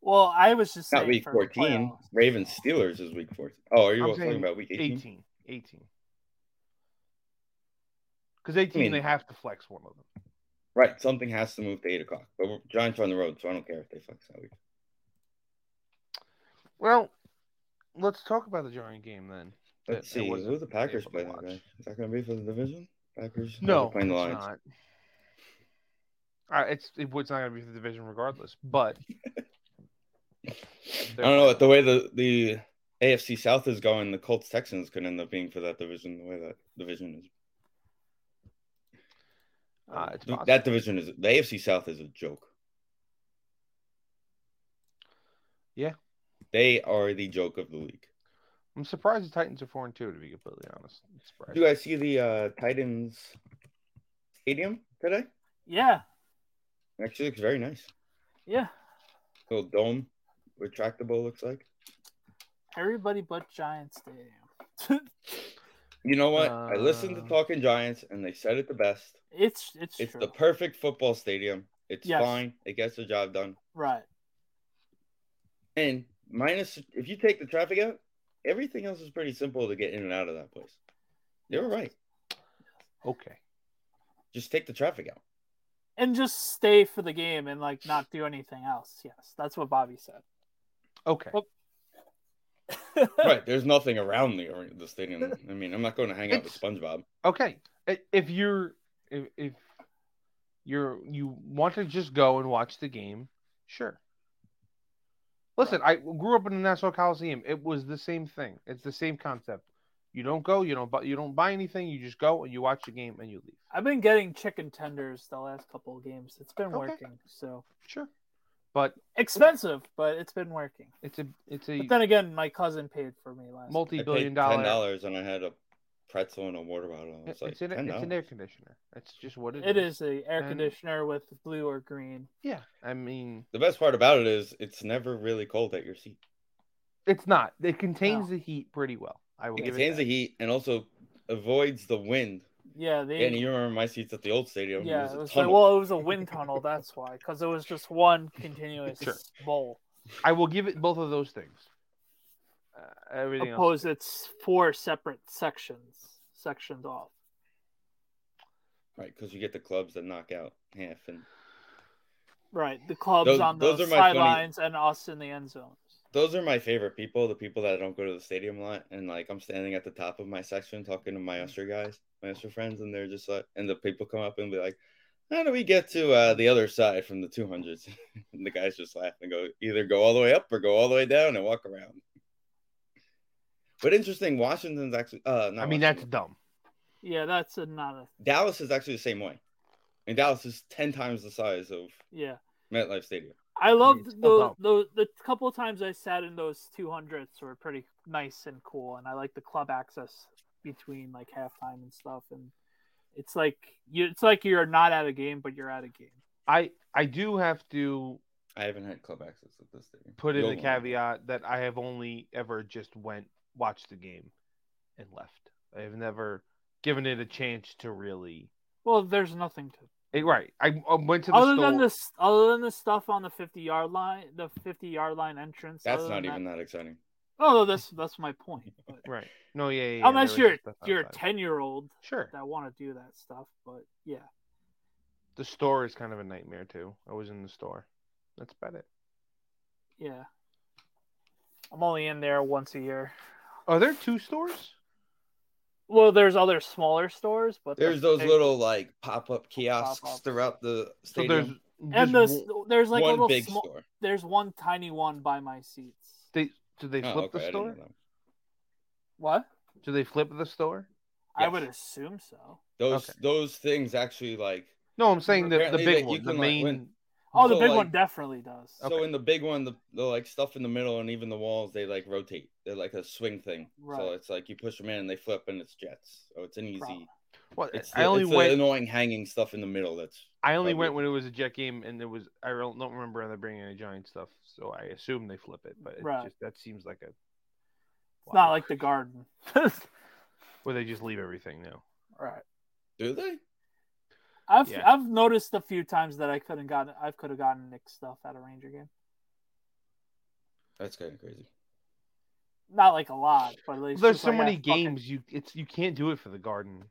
S3: well, I was just
S2: not
S3: saying
S2: week
S3: for
S2: 14.
S3: playoffs.
S2: Ravens Steelers is week 14. Oh, are you
S4: I'm
S2: talking
S4: saying
S2: about week 18?
S4: 18. 18. Because 18,
S2: mean-
S4: they have to flex one of them.
S2: Right. Something has to move to 8 o'clock. But we're, Giants are on the road, so I don't care if they flex that week.
S4: Well, let's talk about the Giant game then.
S2: Let's
S4: It- it
S2: see.
S4: wasn't
S2: Who the Packers
S4: able to
S2: play that
S4: watch.
S2: day? Is that going to be for the division? Packers? Oh,
S4: No,
S2: they're Playing the
S4: it's
S2: Lions.
S4: not. Uh, it's it, it's not going to be for the division regardless, but
S2: I don't know. What, the way the, the AFC South is going, the Colts Texans could end up being for that division the way that division is.
S4: uh, it's
S2: Th-
S4: possible.
S2: that division is the AFC South is a joke.
S4: Yeah.
S2: They are the joke of the league.
S4: I'm surprised the Titans are four and two. To be completely honest, I'm surprised.
S2: Do you guys see the uh, Titans stadium today?
S3: Yeah,
S2: Actually, looks very nice.
S3: yeah.
S2: Little dome, retractable looks like.
S3: Everybody but Giant Stadium. (laughs)
S2: You know what? I listened to
S4: Uh.
S2: Talking Giants, and they said it the best.
S3: it's it's,
S2: It's
S3: true.
S2: the perfect football stadium. It's
S3: Yes.
S2: fine. It gets the job done.
S3: right.
S2: And minus, if you take the traffic out, everything else is pretty simple to get in and out of that place. They were right.
S4: okay,
S2: Just take the traffic out.
S3: And just stay for the game and like not do anything else. Yes, that's what Bobby said. (laughs)
S4: okay.
S3: Well,
S2: right. There's nothing around the ar- the
S4: (laughs)
S2: stadium. I mean, I'm not going to hang out with SpongeBob.
S4: okay I- if you're if, if you're you want to just go and watch the game sure listen i grew up in the national coliseum it was the same thing it's the same concept you don't go you don't buy you don't buy anything you just go and you watch the game and you leave
S3: I've been getting chicken tenders the last couple of games. It's been
S4: Okay.
S3: working. So
S4: sure but
S3: expensive, but it's been working.
S4: it's a it's a
S3: But then again, my cousin paid for me last.
S2: I
S4: multi-billion
S2: paid ten
S4: dollar
S2: dollars and I had a pretzel and a water bottle. I was
S4: it's,
S2: like,
S4: an, it's an
S2: $10.
S4: air conditioner it's just what
S3: It is a air
S4: And-
S3: conditioner with blue or green.
S4: yeah i mean
S2: The best part about it is it's never really cold at your seat.
S4: it's not it contains
S3: No.
S4: the heat pretty well i will
S2: It
S4: give
S2: contains
S4: it
S2: the heat and also avoids the wind.
S3: Yeah, they.
S2: Danny, you remember my seats at the old stadium?
S3: yeah,
S2: a
S3: it was like,
S2: tunnel.
S3: well, it was a wind tunnel. That's why, because it was just
S4: (laughs)
S3: one continuous
S4: Sure.
S3: bowl.
S4: that. i will give it both of those things uh, everything else
S3: Oppose it's four separate sections, sectioned off.
S2: right, because you get the clubs that knock out half and
S3: Right, the clubs
S2: Those-
S3: on the
S2: those are my funny-
S3: sidelines and us in the end zones.
S2: Those are my favorite people, the people that don't go to the stadium a lot. And like I'm standing at the top of my section talking to
S3: Mm.
S2: my Usher guys, my Usher friends, and they're just like, and the people come up and be like, how do we get to uh, the other side from the 200s? (laughs) and the guys just laugh and go, either go all the way up or go all the way down and walk around. But interesting, Washington's actually, uh, not
S4: I
S2: Washington.
S4: mean, that's dumb.
S3: Yeah, that's a, not a
S2: Dallas is actually the same way. And Dallas is 10 times the size of
S3: yeah.
S2: MetLife Stadium.
S3: I loved
S4: it's still
S3: the,
S4: dumb.
S3: the the couple of times I sat in those two hundredths were pretty nice and cool, and I like the club access between like halftime and stuff, and it's like you it's like you're not at a game, but you're at a game.
S4: I I do have to
S2: I haven't had club access at this stadium.
S4: put in
S2: You'll
S4: the
S2: want it.
S4: caveat that I have only ever just went watched the game and left. I have never given it a chance to really.
S3: Well, there's nothing to
S4: Eh, right. I, I went to the
S3: other
S4: store.
S3: than this other than the stuff on the fifty yard line, the fifty yard line entrance.
S2: That's
S3: other
S2: not
S3: than
S2: even
S3: That,
S2: that exciting.
S3: oh, that's that's my
S4: (laughs)
S3: point. But,
S4: Right. No. Yeah. yeah, yeah
S3: unless
S4: there
S3: you're
S4: was stuff
S3: you're a
S4: outside.
S3: ten year old
S4: sure.
S3: that want to do that stuff, but yeah,
S4: The store is kind of a nightmare too. I was in the store. That's about it.
S3: yeah. I'm only in there once a year.
S4: Are there two stores?
S3: Well, there's other smaller stores, but the
S2: There's those
S3: big-
S2: little like pop up kiosks
S3: Pop-ups.
S2: throughout the
S4: So
S2: stadium.
S4: there's
S3: and
S4: there's
S3: there's
S4: one-
S3: there's like a
S2: one
S3: little
S2: big
S3: small.
S2: store.
S3: There's one tiny one by my seats.
S4: They do they flip
S2: Oh, okay, I
S4: the
S2: didn't
S4: store?
S2: know that.
S3: What?
S4: Do they flip the store?
S3: I
S2: Yes.
S3: would assume so.
S2: Those
S4: Okay.
S2: those things actually like
S4: No, I'm saying the, the
S2: Apparently that
S4: big
S2: you
S4: one, the
S2: can, like,
S4: main.
S2: win-
S3: Oh, the
S2: So,
S3: big
S2: like-
S3: one definitely does.
S2: so
S4: Okay.
S2: in the big one the, the like stuff in the middle and even the walls they like rotate. They're like a swing thing. So
S3: Right.
S2: it's like you push them in and they flip and it's jets. So it's an easy.
S3: Probably.
S4: Well,
S2: It's the,
S4: I only
S2: it's the
S4: went.
S2: annoying hanging stuff in the middle. That's
S4: I only
S2: probably-
S4: went when it was a jet game, and there was I don't, don't remember them bringing any giant stuff, so I assume they flip it. But it
S3: Right.
S4: just that seems like a.
S3: It's not like the garden. (laughs)
S4: where they just leave everything now.
S3: right.
S2: do they?
S3: I've
S4: Yeah.
S3: I've noticed a few times that I couldn't gotten I could have gotten Nick stuff at a Ranger game.
S2: That's kind of crazy.
S3: Not like a lot, but at least
S4: There's
S3: just
S4: so
S3: like,
S4: many
S3: I fucking-
S4: games you it's you can't do it for the garden.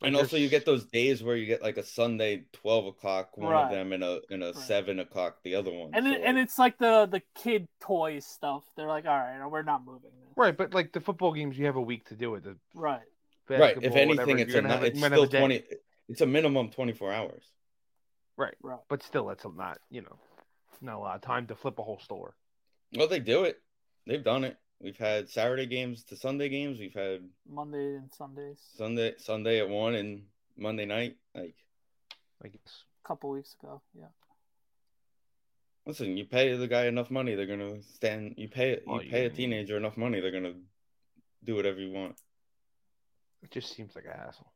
S4: Like,
S2: And also, you
S4: there's-
S2: get those days where you get like a Sunday twelve o'clock one
S3: Right.
S2: of them, and a and a
S3: Right.
S2: seven o'clock the other one.
S3: and
S2: So,
S3: it, and
S2: like,
S3: it's like the the kid toys stuff. They're like, all right, we're not moving this.
S4: right, but like the football games, you have a week to do it. The
S3: Right.
S2: right. If
S4: basketball,
S2: anything,
S4: whatever,
S2: it's
S4: you're
S2: a,
S4: gonna have
S2: ni- it's
S4: you're gonna
S2: still
S4: have a day.
S2: twenty. It's a minimum twenty four hours.
S3: Right.
S4: but still, that's a not you know, not a lot of time to flip a whole store.
S2: Well, they do it. They've done it. We've had Saturday games to Sunday games. We've had
S3: Monday and Sundays.
S2: Sunday Sunday at one and Monday night. Like,
S4: I guess
S3: a couple weeks ago. Yeah.
S2: listen, you pay the guy enough money, they're gonna stand. You pay
S3: Oh,
S4: Well,
S2: you
S4: you
S2: pay a
S4: can-
S2: teenager enough money, they're gonna do whatever you want.
S4: it just seems like a hassle.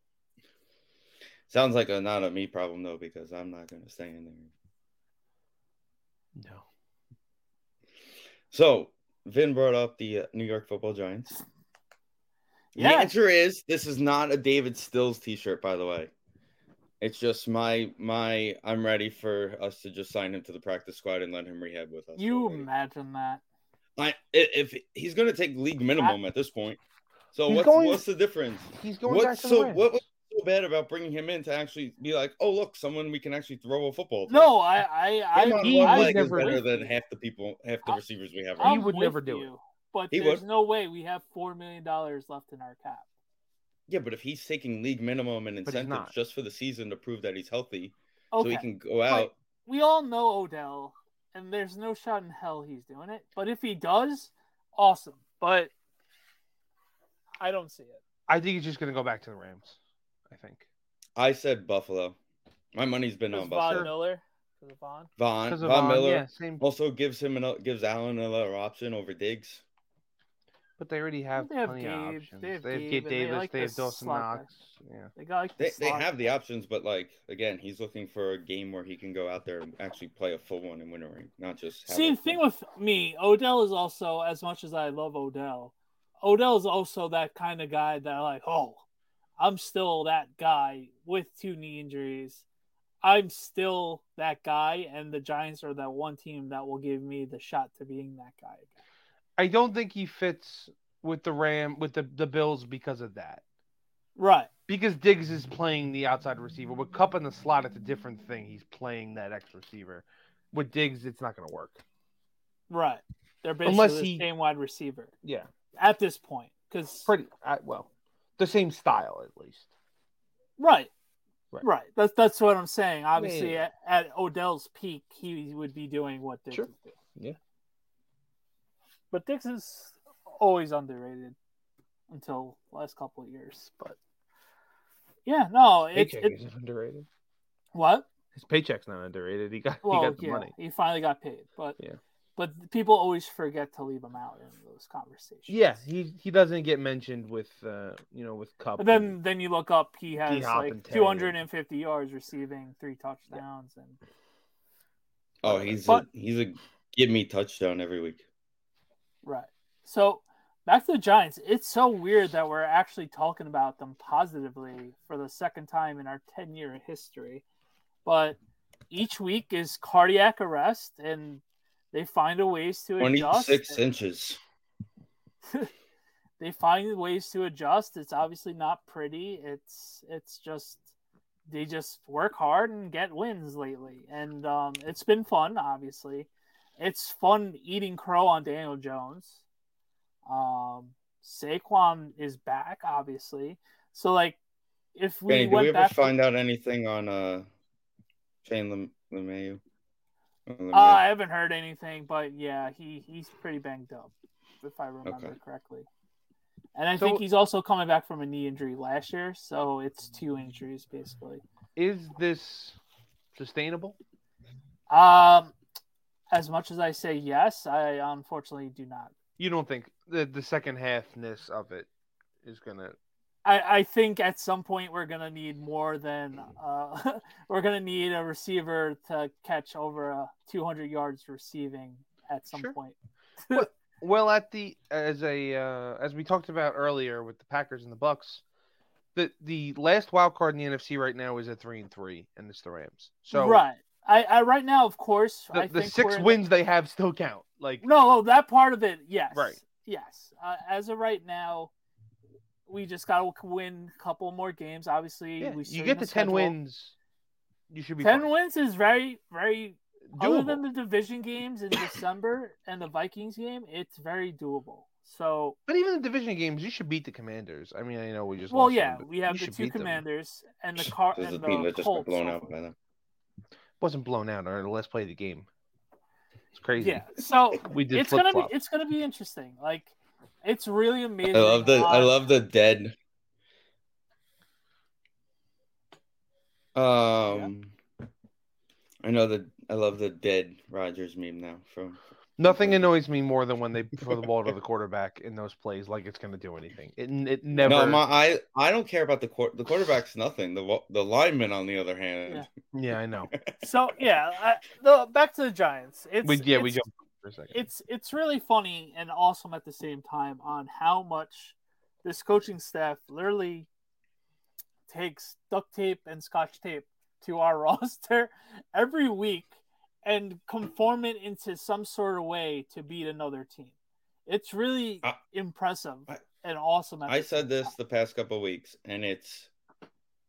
S2: Sounds like a not a me problem though, because I'm not gonna stay in there.
S4: No,
S2: So Vin brought up the uh, New York Football Giants. The
S3: Yeah.
S2: answer is this is not a David Stills T-shirt, by the way. It's just my my. I'm ready for us to just sign him to the practice squad and let him rehab with us.
S3: You
S2: already.
S3: imagine that.
S2: I, i- if he's going to take league minimum at this point, so
S4: He's
S2: what's
S4: going-
S2: what's the difference?
S4: he's going back
S2: What's
S4: to
S2: so
S4: the
S2: what was so bad about bringing him in to actually be like, oh look, someone we can actually throw a football. to."
S3: No, I, I, I,
S2: him on
S4: he-
S2: one
S4: I
S2: leg is
S4: never-
S2: better than half the people, half the
S3: I-
S2: receivers we have.
S4: He
S2: Right
S3: I'm
S2: now.
S4: would
S3: with
S4: never do
S3: you, But
S2: He
S3: there's
S2: would.
S3: no way we have four million dollars left in our cap.
S2: Yeah, but if he's taking league minimum and
S4: he's
S2: incentives
S4: not.
S2: just for the season to prove that he's healthy, so
S3: Okay,
S2: he can go out.
S3: we all know Odell, and there's no shot in hell he's doing it. But if he does, awesome. But I don't see it.
S4: I think he's just gonna go back to the Rams. I think
S2: I said Buffalo. My money's been
S3: Because
S2: on
S3: Von
S2: Buffalo.
S3: Miller, because of Von.
S2: Von
S4: because
S2: Von,
S4: of Von,
S2: Miller
S4: Yeah, same.
S2: also gives him an, gives Allen another option over Diggs.
S4: But they already have
S3: They have
S4: plenty of
S3: Gabe,
S4: options.
S3: they
S4: They
S3: have
S4: have,
S3: Gabe,
S4: Gabe
S3: and they
S4: Davis.
S3: like
S4: They
S3: the
S4: have Dawson
S3: slot
S4: Knox. Yeah.
S3: They got like the
S2: They, they
S3: slot.
S2: have the options, but like again, he's looking for a game where he can go out there and actually play a full one and win a ring, not just. have
S3: See,
S2: a-
S3: the thing with me, Odell is also as much as I love Odell. Odell is also that kind of guy that like, oh, I'm still that guy with two knee injuries. I'm still that guy, and the Giants are that one team that will give me the shot to being that guy. again.
S4: I don't think he fits with the Ram with the, the Bills because of that.
S3: Right,
S4: Because Diggs is playing the outside receiver. With Cup in the slot, it's a different thing. He's playing that X receiver. with Diggs, it's not going to work.
S3: Right. They're basically
S4: Unless
S3: the
S4: he-
S3: same wide receiver
S4: Yeah,
S3: at this point. Because
S4: pretty I, well, the same style at least.
S3: right,
S4: Right.
S3: right, That's that's what I'm saying. Obviously,
S4: yeah.
S3: At, at Odell's peak, he would be doing what Diggs
S4: Sure.
S3: is doing.
S4: Yeah.
S3: But Diggs is always underrated until last couple of years. But yeah, no, it's
S4: Paycheck
S3: it,
S4: is underrated.
S3: what.
S4: His paycheck's not underrated. He got he
S3: Well,
S4: got the
S3: yeah,
S4: money.
S3: he finally got paid, but
S4: Yeah.
S3: but people always forget to leave him out in those conversations.
S4: Yeah, he he doesn't get mentioned with uh you know with Cup.
S3: But then then you look up, he has
S4: D-Hop
S3: like
S4: and Terry.
S3: 250 yards receiving, three touchdowns, and
S2: Oh, he's
S3: But-
S2: a, he's a give me touchdown every week.
S3: right. So back to the Giants. It's so weird that we're actually talking about them positively for the second time in our 10 year history. But each week is cardiac arrest, and they find a ways to adjust.
S2: 26 inches.
S3: (laughs) they find ways to adjust. It's obviously not pretty. It's it's just they just work hard and get wins lately, and um, it's been fun. Obviously, it's fun eating crow on Daniel Jones. Um, Saquon is back, obviously. So like, if we
S2: Benny, did
S3: went
S2: we ever
S3: back,
S2: find out anything on uh Shane Lim- LeMayu? Or
S3: uh,
S2: LeMayu?
S3: I haven't heard anything, but yeah, he he's pretty banged up, if I remember
S2: Okay.
S3: correctly. And I
S4: So-
S3: think he's also coming back from a knee injury last year, so it's two injuries basically.
S4: is this sustainable?
S3: Um, as much as I say yes, I unfortunately do not.
S4: You don't think the the second halfness of it is gonna
S3: I, I think at some point we're gonna need more than uh, (laughs) we're gonna need a receiver to catch over uh, 200 yards receiving at some
S4: Sure.
S3: point.
S4: Well, at the as a uh, as we talked about earlier with the Packers and the Bucks, the the last wild card in the NFC right now is at three and three, and it's the Rams. So
S3: right. I, I right now, of course, I
S4: the, the
S3: think
S4: six
S3: we're in-
S4: wins they have still count. Like
S3: No, no, that part of it, yes,
S4: Right.
S3: yes. Uh, as of right now, we just got to win a couple more games. Obviously,
S4: yeah,
S3: we
S4: you
S3: straighten
S4: get the ten
S3: schedule.
S4: wins, you should be
S3: Ten
S4: fine.
S3: wins is very, very Other
S4: Doable.
S3: than the division games in December and the Vikings game, it's very doable. So,
S4: But even the division games, you should beat the Commanders. I mean, I know we just
S3: well,
S4: lost
S3: yeah,
S4: them, but
S3: we have
S4: you
S3: the
S4: should
S3: two
S4: beat them.
S3: commanders and
S4: (laughs)
S3: the car
S2: This is
S3: and
S2: a
S3: the
S2: team that just got
S3: Colts.
S2: blown
S3: so
S2: out
S3: far.
S2: by them.
S4: wasn't blown out or the last play of the game. It's crazy.
S3: Yeah, so
S4: (laughs) we did
S3: it's
S4: flip
S3: gonna
S4: flop.
S3: be it's gonna be interesting. Like, it's really amazing. Uh,
S2: I love the I
S3: on-
S2: love the dead. Um, I know the I love the dead Rogers meme now from
S4: Nothing annoys me more than when they throw the ball to the quarterback in those plays, like it's going to do anything. It it never.
S2: No, my, I I don't care about the quar- the quarterback's nothing. The wa- the lineman, on the other hand,
S4: Yeah, I know.
S3: So yeah, I, the back to the Giants. It's
S4: we yeah we
S3: it's-
S4: jumped for a second.
S3: it's it's really funny and awesome at the same time on how much this coaching staff literally takes duct tape and scotch tape to our (laughs) roster every week and conform it into some sort of way to beat another team. It's really
S2: I-
S3: impressive
S2: I-
S3: and awesome. At
S2: I
S3: the same
S2: said this
S3: time.
S2: the past couple of weeks, and it's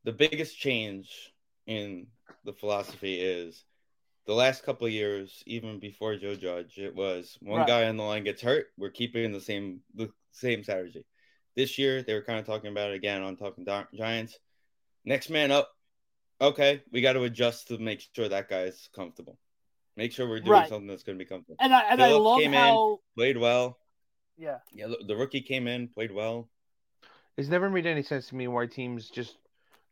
S2: the biggest change in the philosophy is the last couple of years, even before Joe Judge, it was one
S3: Right.
S2: guy on the line gets hurt, we're keeping the same the same strategy. This year, they were kind of talking about it again on Talking Di- Giants. Next man up. Okay, we got to adjust to make sure that guy's comfortable. Make sure we're doing
S3: Right.
S2: something that's going to be comfortable.
S3: and I and I
S2: Phillips
S3: love
S2: came in.
S3: how
S2: Played well.
S3: yeah
S2: Yeah, the- the rookie came in, played well.
S4: It's never made any sense to me why teams just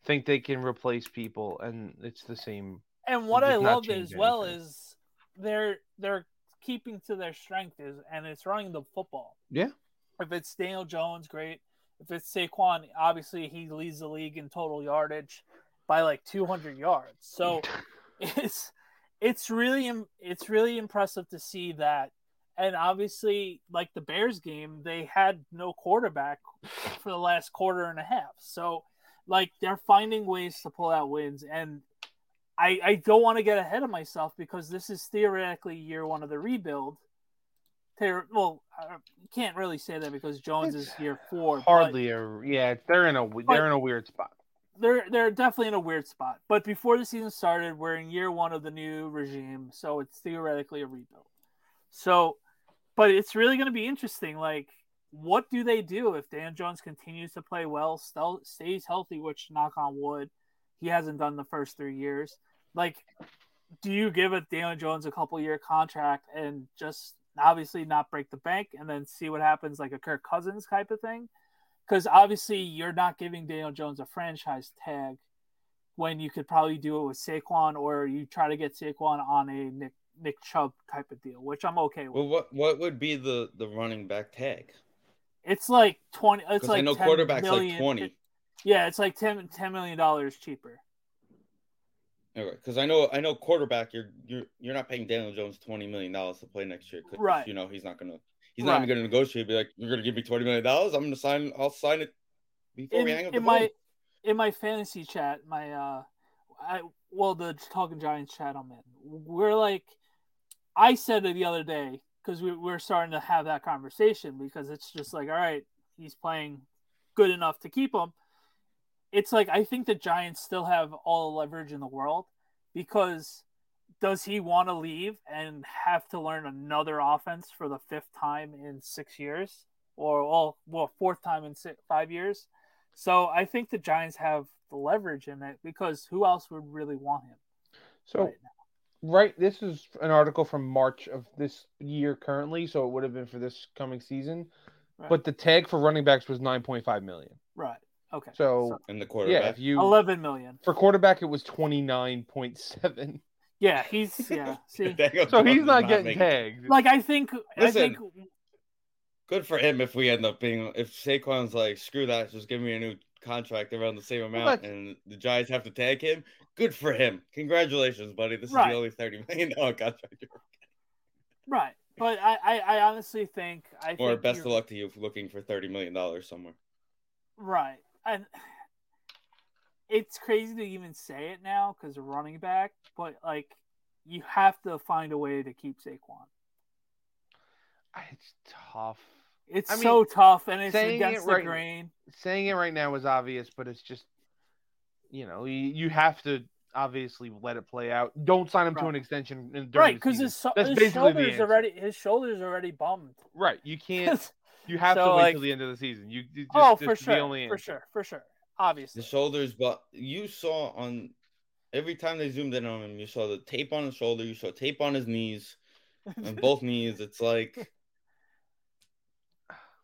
S4: think they can replace people and it's the same.
S3: And what
S4: It
S3: I
S4: does not
S3: love
S4: change
S3: as well
S4: anything.
S3: is they're they're keeping to their strength is and it's running the football.
S4: Yeah.
S3: If it's Daniel Jones, great. If it's Saquon, obviously he leads the league in total yardage by like 200 yards.
S4: (laughs)
S3: So it's it's really im- it's really impressive to see that. And obviously, like the Bears game, they had no quarterback for the last quarter and a half. So, like they're finding ways to pull out wins, and I I don't want to get ahead of myself because this is theoretically year one of the rebuild. Theor- well, I can't really say that because Jones is
S4: It's
S3: year four. but-
S4: Hardly a yeah. They're in a w-
S3: But-
S4: they're in a weird spot.
S3: they're they're definitely in a weird spot. But before the season started, we're in year one of the new regime, so it's theoretically a rebuild. So, but it's really going to be interesting. Like, what do they do if Dan Jones continues to play well, stel- stays healthy, which knock on wood, he hasn't done the first three years. Like, do you give a Dan Jones a couple year contract and just obviously not break the bank and then see what happens, like a Kirk Cousins type of thing? because obviously you're not giving Daniel Jones a franchise tag when you could probably do it with Saquon or you try to get Saquon on a Nick Nick Chubb type of deal, which I'm okay with.
S2: Well, what what would be the the running back tag?
S3: It's like twenty. It's
S2: Because
S3: like
S2: I know
S3: 10
S2: quarterbacks
S3: million-
S2: like twenty.
S3: Yeah, it's like 10, 10 million dollars cheaper.
S2: Because I know I know quarterback. You're you're you're not paying Daniel Jones twenty million dollars to play next year. 'cause,
S3: Right.
S2: You know he's not gonna he's not
S3: Right.
S2: even gonna negotiate. Be like, you're gonna give me twenty million dollars. I'm gonna sign. I'll sign it before
S3: in,
S2: we hang up
S3: in
S2: the phone.
S3: my in my fantasy chat, my uh, I well the talking Giants chat I'm in, we're like, I said it the other day because we we're starting to have that conversation because it's just like, all right, he's playing good enough to keep him. It's like I think the Giants still have all the leverage in the world because does he want to leave and have to learn another offense for the fifth time in six years or all well fourth time in six, five years? So I think the Giants have the leverage in it because who else would really want him?
S4: So
S3: right now?
S4: Right. This is an article from March of this year currently, so it would have been for this coming season.
S3: Right.
S4: But the tag for running backs was 9.5 million.
S3: Right. Okay.
S4: So,
S2: And the
S4: yeah,
S2: quarterback.
S4: if you
S3: eleven million.
S4: for quarterback it was 29.7.
S2: (laughs)
S3: Yeah, he's yeah. See,
S2: Daniel
S4: So
S2: Jones
S4: he's
S2: is
S4: not getting
S2: making-
S4: tagged.
S3: like I think I
S2: Listen.
S3: think
S2: Good for him if we end up being if Saquon's like screw that, just give me a new contract around the same amount,
S4: that's-
S2: and the Giants have to tag him. Good for him. Congratulations, buddy. This is
S3: Right.
S2: the only thirty million dollar (laughs) contract. you're
S3: right, but I I, I honestly think I
S2: Or
S3: think
S2: best of
S3: you're-
S2: luck to you for looking for thirty million dollars somewhere.
S3: Right. And it's crazy to even say it now because running back, but like you have to find a way to keep Saquon.
S4: Ah, It's tough.
S3: It's
S4: I mean,
S3: so tough and it's
S4: saying it
S3: against
S4: right-
S3: the grain.
S4: Saying it right now is obvious, but it's just you know, you, you have to obviously let it play out. Don't sign him to
S3: Right.
S4: an extension in- during
S3: Right,
S4: the
S3: because
S4: season.
S3: his, so-
S4: That's
S3: his
S4: basically the
S3: shoulders
S4: answer.
S3: already his shoulders already bummed.
S4: Right.
S3: (laughs)
S4: You can't you have
S3: So,
S4: to wait
S3: like-
S4: till the end of the season. You, you just,
S3: oh,
S4: this
S3: for
S4: is the
S3: sure,
S4: only
S3: for
S4: answer.
S3: sure, for sure,
S2: The
S3: obviously.
S2: shoulders, but you saw on every time they zoomed in on him, you saw the tape on his shoulder, you saw tape on his knees, on both knees. It's like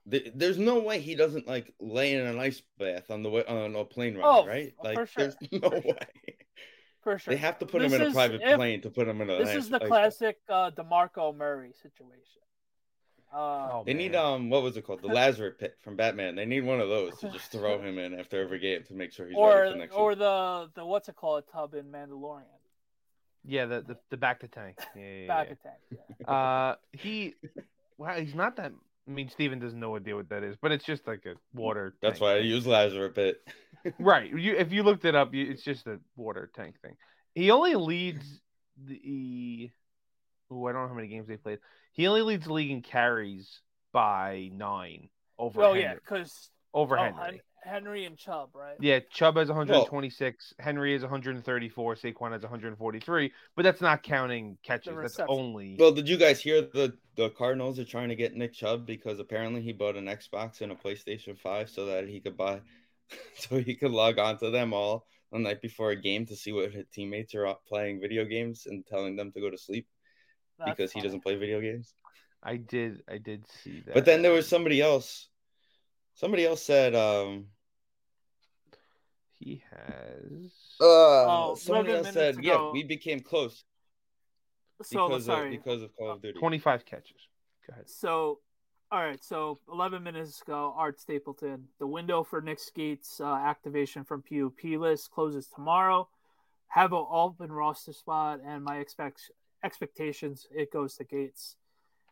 S2: th- there's no way he doesn't like lay in an ice bath on the way on a plane ride,
S3: Oh,
S2: right?
S3: for
S2: Like
S3: sure,
S2: there's (laughs) no
S3: for sure.
S2: way.
S3: (laughs) for sure.
S2: They have to put
S3: This
S2: him in a
S3: is-
S2: private
S3: if-
S2: plane to put him in a
S3: This
S2: ice,
S3: is the
S2: ice bath.
S3: classic uh, Demarco Murray situation. Uh,
S4: Oh,
S2: They need
S4: man.
S2: um what was it called? The Lazarus pit from Batman. They need one of those to just
S3: (laughs)
S2: throw him in after every game to make sure he's ready
S3: or
S2: for next
S3: or
S2: season.
S3: the the what's it called tub in Mandalorian
S4: Yeah, the, the, the back
S3: (laughs)
S4: to tank. Yeah, yeah, yeah,
S3: back attack.
S4: (laughs)
S3: Yeah.
S4: yeah. Uh, he, wow, he's not that. I mean, Steven does no idea what that is, but it's just like a water.
S2: That's
S4: tank
S2: why I
S4: thing.
S2: use Lazarus pit.
S3: (laughs)
S4: right. You, if you looked it up, you, it's just a water tank thing. He only leads the. Oh, I don't know how many games they played. He only leads the league in carries by nine over.
S3: Oh
S4: Henry,
S3: yeah, because
S4: over
S3: oh,
S4: Henry.
S3: Hen- Henry and Chubb, right?
S4: Yeah, Chubb has 126, Henry is 134, Saquon has 143, but that's not counting catches. That's
S3: reception.
S4: only
S2: Well, did you guys hear the the Cardinals are trying to get Nick Chubb because apparently he bought an Xbox and a PlayStation Five so that he could buy, (laughs) so he could log on to them all the night before a game to see what his teammates are out playing video games and telling them to go to sleep
S3: That's
S2: because he
S3: funny.
S2: doesn't play video games.
S4: I did I did see that.
S2: But then there was somebody else. Somebody else said, um,
S4: He has.
S2: uh,
S3: Oh,
S2: somebody
S3: 11
S2: else said,
S3: minutes
S2: yeah,
S3: ago-
S2: we became close
S3: So
S2: because of,
S3: sorry.
S2: because of Call of Duty.
S4: 25 catches. Go ahead.
S3: So, all right. So, 11 minutes ago, Art Stapleton, the window for Nick Skeet's uh, activation from PUP list closes tomorrow. Have an open roster spot, and my expect- expectations it goes to Gates.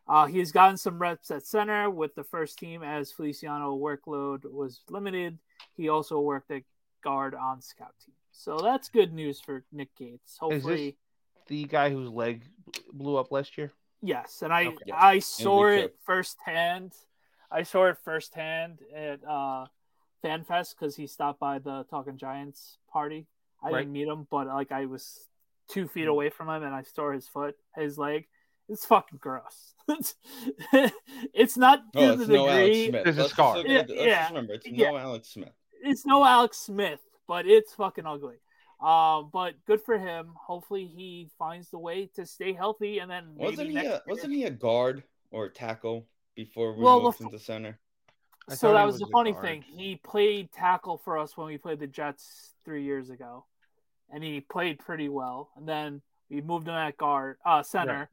S3: Uh, he's gotten some reps at center with the first team as Feliciano workload was limited. He also worked at guard on scout team. So that's good news for Nick Gates.
S4: this-
S3: Hopefully,
S4: The guy whose leg blew up last year.
S3: Yes, and I
S4: Okay.
S2: Yes,
S3: I saw
S2: we
S3: it firsthand. I saw it firsthand at uh, Fan Fest because he stopped by the Talking Giants party. I
S4: Right. Mm.
S3: didn't meet him, but like I was two feet away from him and I saw his foot, his leg. It's fucking gross. (laughs) it's not to
S2: Oh,
S3: the
S2: it's no Alex
S3: degree.
S2: Smith.
S4: There's a
S2: Let's just
S4: scar.
S2: look at
S3: Yeah,
S2: it- let's
S3: yeah.
S2: just remember, it's
S3: Yeah.
S2: no Alex Smith.
S3: it's no Alex Smith, but it's fucking ugly. Uh, but good for him. Hopefully he finds the way to stay healthy and then maybe
S2: Wasn't he?
S3: next
S2: A,
S3: year-
S2: wasn't he a guard or a tackle before we
S3: Well,
S2: moved
S3: befo-
S2: him to center?
S4: I
S3: so
S4: thought
S3: that
S4: he
S3: was,
S4: was
S3: the
S4: a
S3: funny
S4: guard.
S3: thing. He played tackle for us when we played the Jets three years ago, and he played pretty well. And then we moved him at guard, uh, center,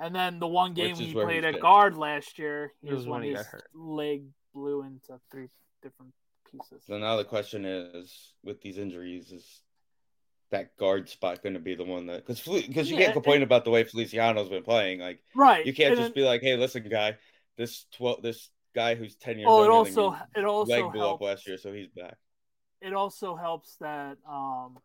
S3: and then the one game
S2: Which
S3: we
S2: is where
S3: played
S2: he's
S3: at
S2: been.
S3: guard last year, he
S4: It
S3: was,
S4: was
S3: when
S4: when he
S3: his
S4: got hurt.
S3: leg blew into three different pieces.
S2: So now the question is, with these injuries, is that guard spot going to be the one that because because you
S3: Yeah,
S2: can't complain about the way Feliciano's been playing. Like
S3: right?
S2: you can't
S3: and
S2: just
S3: then-
S2: be like, hey, listen, guy, this twelve, this guy who's ten years
S3: Oh, it
S2: older than
S3: also
S2: you,
S3: it also
S2: leg blew up
S3: helped-
S2: last year, so he's back.
S3: it also helps that um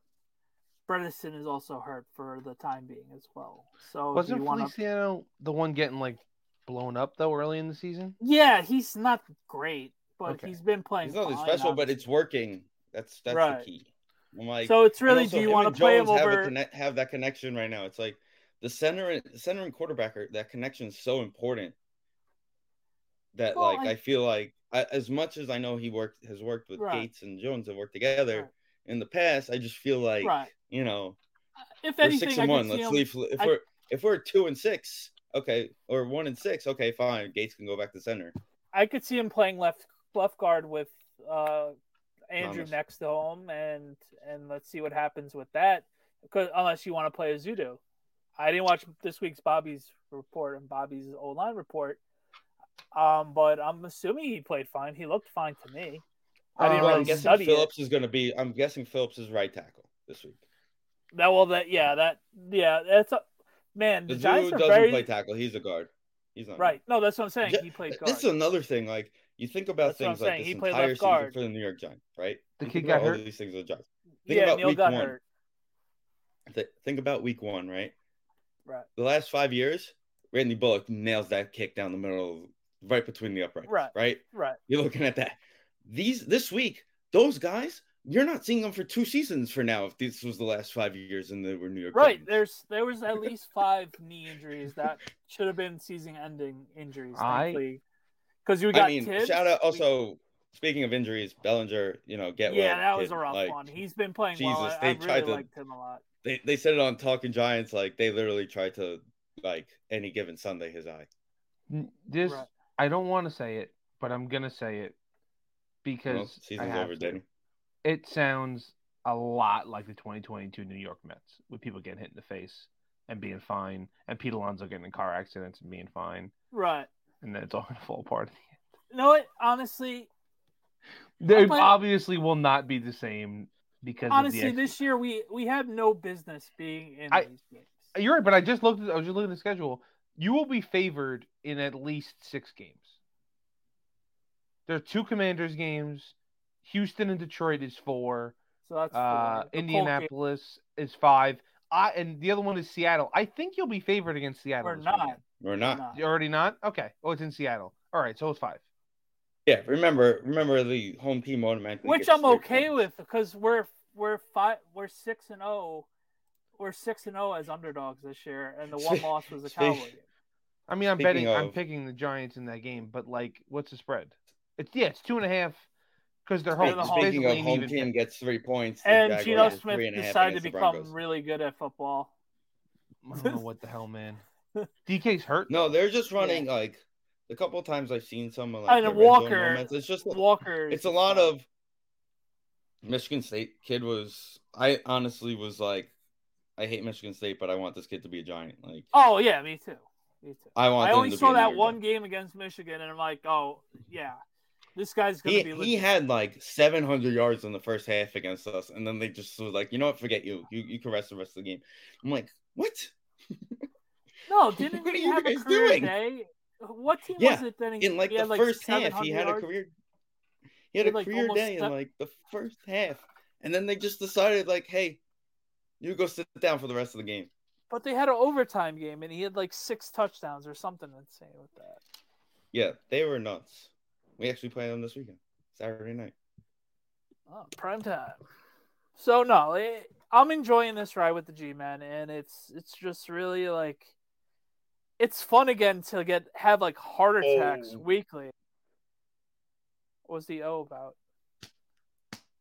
S3: Bredesen is also hurt for the time being as well. So if
S4: Wasn't
S3: Oh, you wanna-
S4: Feliciano the one getting like blown up though early in the season?
S3: Yeah, he's not great, but
S4: Okay.
S3: he's been playing.
S2: He's nothing
S3: fine,
S2: special, but
S3: obviously.
S2: it's working. That's that's
S3: Right.
S2: the key. I'm like,
S3: so it's
S2: and
S3: really
S2: also
S3: do you
S2: him
S3: want
S2: and
S3: to play him
S2: Jones have a
S3: over?
S2: connect, have that connection right now? It's like the center and center and quarterback are that connection is so important that
S3: Well,
S2: like I,
S3: I-
S2: feel like I, as much as I know he worked has worked with
S3: Right.
S2: Gates and Jones have worked together
S3: Right.
S2: in the past. I just feel like
S3: Right.
S2: you know
S3: If
S2: we're
S3: anything,
S2: six
S3: I
S2: and
S3: could
S2: one.
S3: see
S2: Let's
S3: him-
S2: leave if
S3: I-
S2: we're if we're two and six, okay, or one and six, okay, fine. Gates can go back to center.
S3: I could see him playing left left guard with uh, Andrew
S2: Thomas.
S3: next to him, and and let's see what happens with that. Because unless you want to play Azudu, I didn't watch this week's Bobby's report and Bobby's old line report. Um, but I'm assuming he played fine. He looked fine to me. I didn't
S4: Um,
S2: Well,
S3: really
S2: I'm guessing
S3: study it.
S2: Phillips is going to be. I'm guessing Phillips is right tackle this week.
S3: That well, that yeah, that yeah, that's a man. The
S2: The Zoo
S3: Giants are
S2: doesn't
S3: very
S2: play tackle. He's a guard. He's not
S3: right. No, that's what I'm saying.
S2: Ju-
S3: He played guard.
S2: This is another thing. Like you think about
S3: That's what I'm
S2: things like
S3: saying.
S2: this
S3: He played
S2: entire
S3: left
S2: season
S3: guard.
S2: for the New York Giants, right?
S4: The
S2: You
S4: kid
S2: think
S4: got
S2: about all
S4: hurt.
S2: these things with the Giants. Think
S3: yeah,
S2: about
S3: Neil
S2: week
S3: got
S2: one.
S3: hurt.
S2: Th- Think about week one, right?
S3: Right,
S2: The last five years, Randy Bullock nails that kick down the middle, right between the uprights.
S3: Right.
S2: Right.
S3: right.
S2: You're looking at that. These this week, those guys, you're not seeing them for two seasons for now. If this was the last five years and they were New York,
S3: Right.
S2: Giants.
S3: There's there was at least five knee injuries that should have been season ending injuries.
S4: I-
S3: Because you got
S2: I mean,
S3: Tibbs.
S2: shout out.
S3: We-
S2: Also, speaking of injuries, Bellinger, you know, get
S3: yeah,
S2: well,
S3: that was
S2: kid.
S3: a rough
S2: Like,
S3: one. He's been playing well.
S2: Jesus,
S3: I, I
S2: they tried
S3: really
S2: to-
S3: liked him a lot.
S2: they they said it on Talking Giants, like they literally tried to like any given Sunday his eye.
S4: N- This
S3: Right.
S4: I don't want to say it, but I'm gonna say it because
S2: Well,
S4: I
S2: season's
S4: have
S2: over,
S4: to.
S2: Danny.
S4: It sounds a lot like the 2022 New York Mets with people getting hit in the face and being fine, and Pete Alonso getting in car accidents and being fine,
S3: Right.
S4: and then it's all gonna fall apart.
S3: You know what? Honestly,
S4: They
S3: but-
S4: obviously will not be the same because of the
S3: honestly,
S4: ex-
S3: this year we we have no business being in
S4: I-
S3: these games.
S4: You're right, but I just looked. At, I was just looking at the schedule. You will be favored in at least six games. There are two Commanders games. Houston and Detroit is four.
S3: So that's
S4: Uh,
S3: four. The Colts-
S4: Indianapolis is five. I and the other one is Seattle. I think you'll be favored against Seattle.
S3: We're
S4: this
S3: not.
S4: weekend.
S2: We're not.
S3: Nah.
S4: You're already not. Okay. Oh, it's in Seattle. All right. So it's five.
S2: Yeah, remember, remember the home team automatically.
S3: which
S2: gets
S3: I'm
S2: three
S3: okay
S2: points.
S3: with because we're we're five we're six and zero, we're six and zero as underdogs this year, and the
S2: (laughs)
S3: one
S2: Spe-
S3: loss was the
S2: spe-
S3: Cowboy. game.
S4: I mean, I'm
S2: Speaking
S4: betting. I'm
S2: of-
S4: picking the Giants in that game. But like, what's the spread? It's yeah, it's two and a half because they're home.
S2: Speaking,
S3: Speaking- the
S4: It's
S3: home-
S2: speaking
S4: basically
S2: of
S4: an
S2: home
S4: even
S2: team
S4: pick.
S2: gets three points. the
S3: And
S2: Jaguars get
S3: Geno
S2: three
S3: Smith
S2: and a half
S3: decided to
S2: against the
S3: become
S2: Broncos.
S3: really good at football.
S4: I don't know what the
S2: (laughs)
S4: hell, man. DK's hurt.
S2: No, they're just running like the couple of times I've seen someone like
S3: And
S2: their red zone
S3: Walker-
S2: moments, It's just
S3: Walker,
S2: it's a lot of Michigan State kid was I honestly was like I hate Michigan State, but I want this kid to be a giant. Like
S3: oh yeah, me too, me too.
S2: I want.
S3: I
S2: them
S3: only
S2: to be
S3: saw
S2: a
S3: that
S2: New York
S3: one
S2: Giant.
S3: game against Michigan, and I'm like, oh yeah, this guy's gonna
S2: He,
S3: be.
S2: he
S3: legit.
S2: had like 700 yards in the first half against us, and then they just was like, you know what, forget you. You you can rest the rest of the game. I'm like, what?
S3: no,
S2: (laughs)
S3: didn't
S2: What are
S3: he
S2: you
S3: have a
S2: guys
S3: career
S2: doing?
S3: day? What team
S2: Yeah,
S3: was it that he
S2: In like
S3: he
S2: the
S3: had, like,
S2: first half, he had
S3: 700 yards?
S2: a career. He had a
S3: had, like,
S2: career
S3: almost
S2: day in
S3: seven-
S2: like the first half, and then they just decided like, hey, you go sit down for the rest of the game.
S3: But they had an overtime game, and he had like six touchdowns or something insane with that.
S2: Yeah, they were nuts. We actually play them this weekend, Saturday night.
S3: Oh, prime time. So no, it, I'm enjoying this ride with the G-men, and it's it's just really like it's fun again to get have like heart attacks
S2: Oh.
S3: weekly. What was the O about?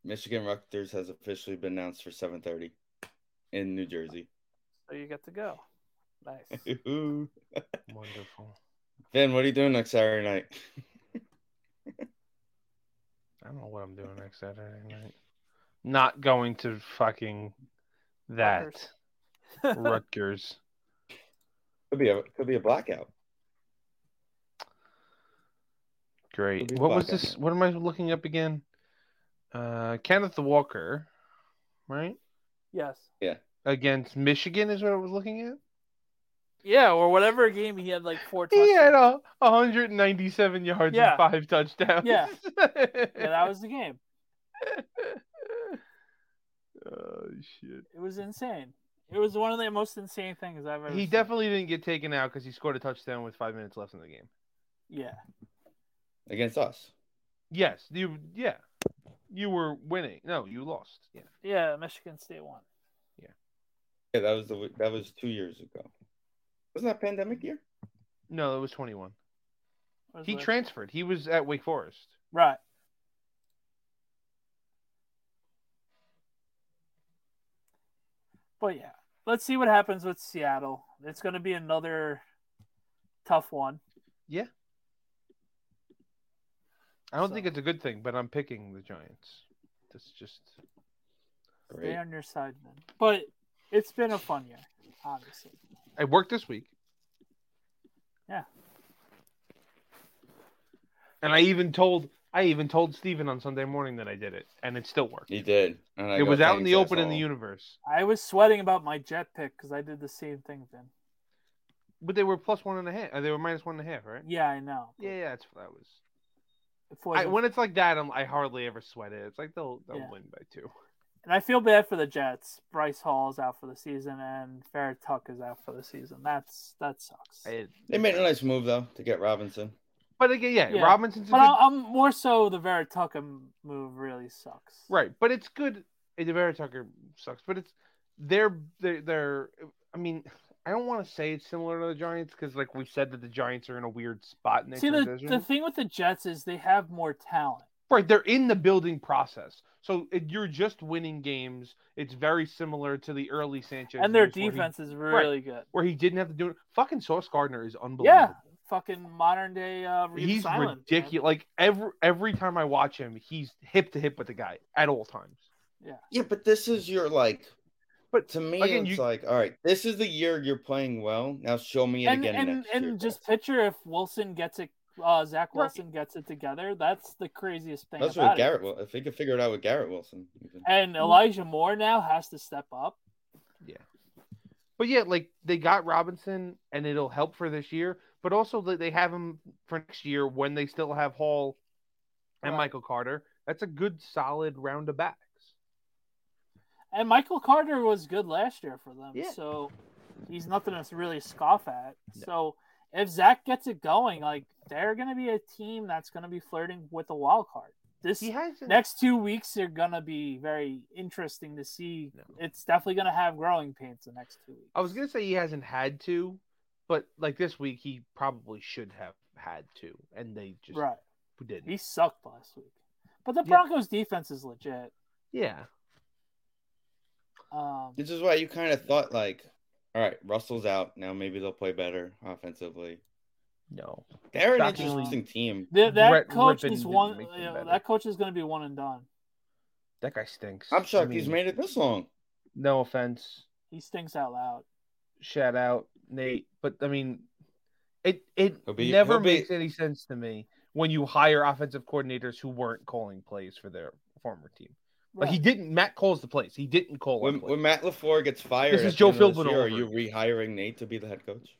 S2: Michigan Rutgers has officially been announced for 7:30 in New Jersey. (laughs)
S3: So you get to go. Nice. (laughs)
S2: Ooh.
S4: Wonderful.
S2: Vin, what are you doing next Saturday night?
S4: I don't know what I'm doing next Saturday night. Not going to fucking that
S3: (laughs)
S4: Rutgers.
S2: Could be a could be a blackout.
S4: Great.
S2: It'll be
S4: What was
S2: blackout.
S4: this? What am I looking up again? Uh, Kenneth Walker, right?
S3: yes.
S4: Against Michigan is what I was looking at.
S3: Yeah, or whatever game he had like four touchdowns.
S4: He had a 197 yards
S3: Yeah.
S4: and five touchdowns. (laughs)
S3: Yeah. Yeah,
S4: that
S3: that was the game.
S4: oh shit.
S3: It was insane. It was one of the most insane things I've ever.
S4: He
S3: seen.
S4: definitely didn't get taken out because he scored a touchdown with five minutes left in the game.
S3: Yeah.
S2: Against us.
S4: Yes, you. Yeah, you were winning. No, you lost. Yeah.
S3: Yeah, Michigan State won.
S2: Yeah, that was the w- that was two years ago. Wasn't that pandemic year?
S4: No, it was 21.
S3: Was
S4: He
S3: it-
S4: transferred. He was at Wake Forest.
S3: Right. But yeah, let's see what happens with Seattle. It's going to be another tough one.
S4: I don't
S3: So-
S4: think it's a good thing, but I'm picking the Giants. That's just
S2: Great.
S3: Stay on your side, man. But it's been a fun year, obviously.
S4: I worked this week.
S3: Yeah.
S4: And I even told I even told Steven on Sunday morning that I did it, and it still worked.
S2: He did. And I
S4: it
S2: got
S4: was out in
S2: thanks,
S4: the open in
S2: asshole.
S4: the universe,
S3: I was sweating about my jet pick because I did the same thing then.
S4: but they were plus one and a half. uh, They were minus one and a half, right?
S3: Yeah, I know.
S4: Yeah, yeah, that's what that was.
S3: It
S4: I,
S3: wasn't-
S4: when it's like that, I'm, I hardly ever sweat it. It's like they'll they'll
S3: Yeah.
S4: win by two.
S3: And I feel bad for the Jets. Bryce Hall is out for the season, and Farrah Tuck is out for the season. That's that sucks.
S4: It-
S2: They made a nice move though to get Robinson.
S4: but again, yeah,
S3: Yeah.
S4: Robinson's a
S3: But
S4: good-
S3: I- I'm more so the Vera Tucker move really sucks.
S4: Right, but it's good. Devera Tucker sucks, but it's they're they're, they're I mean, I don't want to say it's similar to the Giants because, like we said, that the Giants are in a weird spot in their
S3: See, the,
S4: division.
S3: the thing with the Jets is they have more talent.
S4: Right, they're in the building process, so it, you're just winning games. It's very similar to the early Sanchez,
S3: and their
S4: years where he-
S3: defense is really good.
S4: where he didn't have to do it. Fucking Sauce Gardner is unbelievable.
S3: Yeah. Fucking modern day uh, Reeves
S4: he's
S3: Island, man.
S4: ridiculous. Like every every time I watch him, he's hip to hip with the guy at all times.
S2: Yeah, but this is your like.
S4: But
S2: to me,
S4: again,
S2: it's
S4: you-
S2: like, all right, this is the year you're playing well. Now show me it
S3: And
S2: again
S3: and,
S2: next
S3: and
S2: year.
S3: just picture if Wilson gets it, uh, Zach
S4: Right.
S3: Wilson gets it together. That's the craziest thing
S2: That's what Mm.
S3: about it.
S2: Garrett. Will, if they could figure it out with Garrett Wilson, even.
S3: And Elijah Moore now has to step up.
S4: But yeah, like they got Robinson, and it'll help for this year. But also that they have him for next year when they still have Hall and
S3: Right.
S4: Michael Carter. That's a good, solid round of backs.
S3: And Michael Carter was good last year for them,
S4: Yeah.
S3: so he's nothing to really scoff at. So if Zach gets it going, like they're going to be a team that's going to be flirting with the wild card. This
S4: He has
S3: next two weeks are going to be very interesting to see.
S4: No.
S3: It's definitely going to have growing pains the next two weeks.
S4: I was gonna say he hasn't had to, but like this week he probably should have had to, and they just
S3: right.
S4: didn't.
S3: He sucked last week, but the
S4: Yeah.
S3: Broncos' defense is legit.
S4: Yeah,
S3: Um,
S2: This is why you kind of thought like, all right, Russell's out now. Maybe they'll play better offensively.
S4: no.
S2: They're an
S4: Shockingly-
S2: interesting team.
S3: th- that
S4: Brett
S3: coach
S4: Rippon
S3: is
S4: didn't
S3: one.
S4: make them
S3: you know,
S4: better.
S3: that coach is going to be one and done.
S4: That guy stinks.
S2: I'm shocked
S4: I
S2: he's
S4: mean,
S2: made it this long.
S4: No offense,
S3: He stinks out loud.
S4: shout out Nate, but I mean, it it
S2: He'll be-
S4: never
S2: he'll be-
S4: makes any sense to me when you hire offensive coordinators who weren't calling plays for their former team. Like he
S3: Right.
S4: didn't. Matt calls the plays. He didn't call.
S2: When,
S4: our plays.
S2: when Matt Lafleur gets fired,
S4: This
S2: at
S4: is
S2: the
S4: Joe
S2: end of this
S4: Philbin
S2: year,
S4: all
S2: Are you rehiring Nate to be the head coach?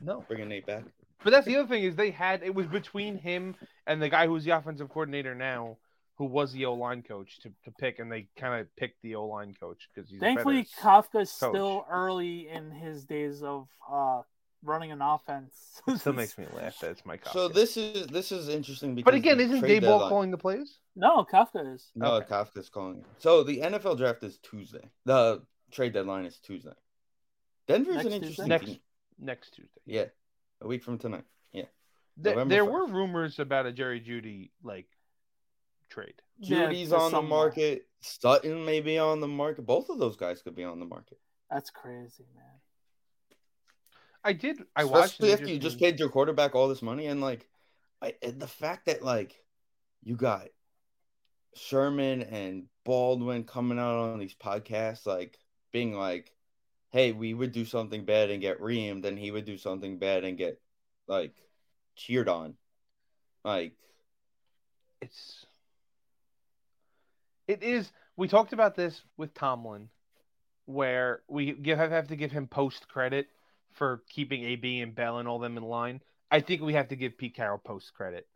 S4: no,
S2: Bringing Nate back?
S4: but that's the other thing is they had it was between him and the guy who's the offensive coordinator now, who was the O line coach to, to pick, and they kind of picked the O line coach because he's a
S3: Thankfully,
S4: better-
S3: Kafka's
S4: coach.
S3: still early in his days of uh, running an offense. (laughs)
S4: It still makes me laugh that it's my Kafka.
S2: So this is this is interesting because
S4: But again,
S2: the
S4: isn't
S2: trade
S4: Dayball
S2: deadline-
S4: calling the plays?
S3: No, Kafka is.
S2: No,
S4: Okay.
S2: Kafka's calling. it. So the NFL draft is Tuesday. The trade deadline is Tuesday. Denver's
S3: Next
S2: an
S3: Tuesday?
S2: interesting
S4: Next
S2: team.
S4: next Tuesday.
S2: Yeah, a week from tonight. Yeah,
S4: Th-
S2: November
S4: there
S2: first.
S4: were rumors about a Jerry Judy like trade.
S3: Yeah,
S2: Judy's
S3: to
S2: on the
S3: somewhere.
S2: market. Sutton may be on the market. Both of those guys could be on the market,
S3: That's crazy, man.
S4: I did. I watched.
S2: especially
S4: an
S2: after you just
S4: interesting-
S2: paid your quarterback all this money and like, I, and the fact that like, you got Sherman and Baldwin coming out on these podcasts like being like, "Hey, we would do something bad and get reamed, and he would do something bad and get like cheered on." Like,
S4: It's. It is. We talked about this with Tomlin, where we give have, have to give him post credit for keeping AB and Bell and all them in line. I think we have to give Pete Carroll post credit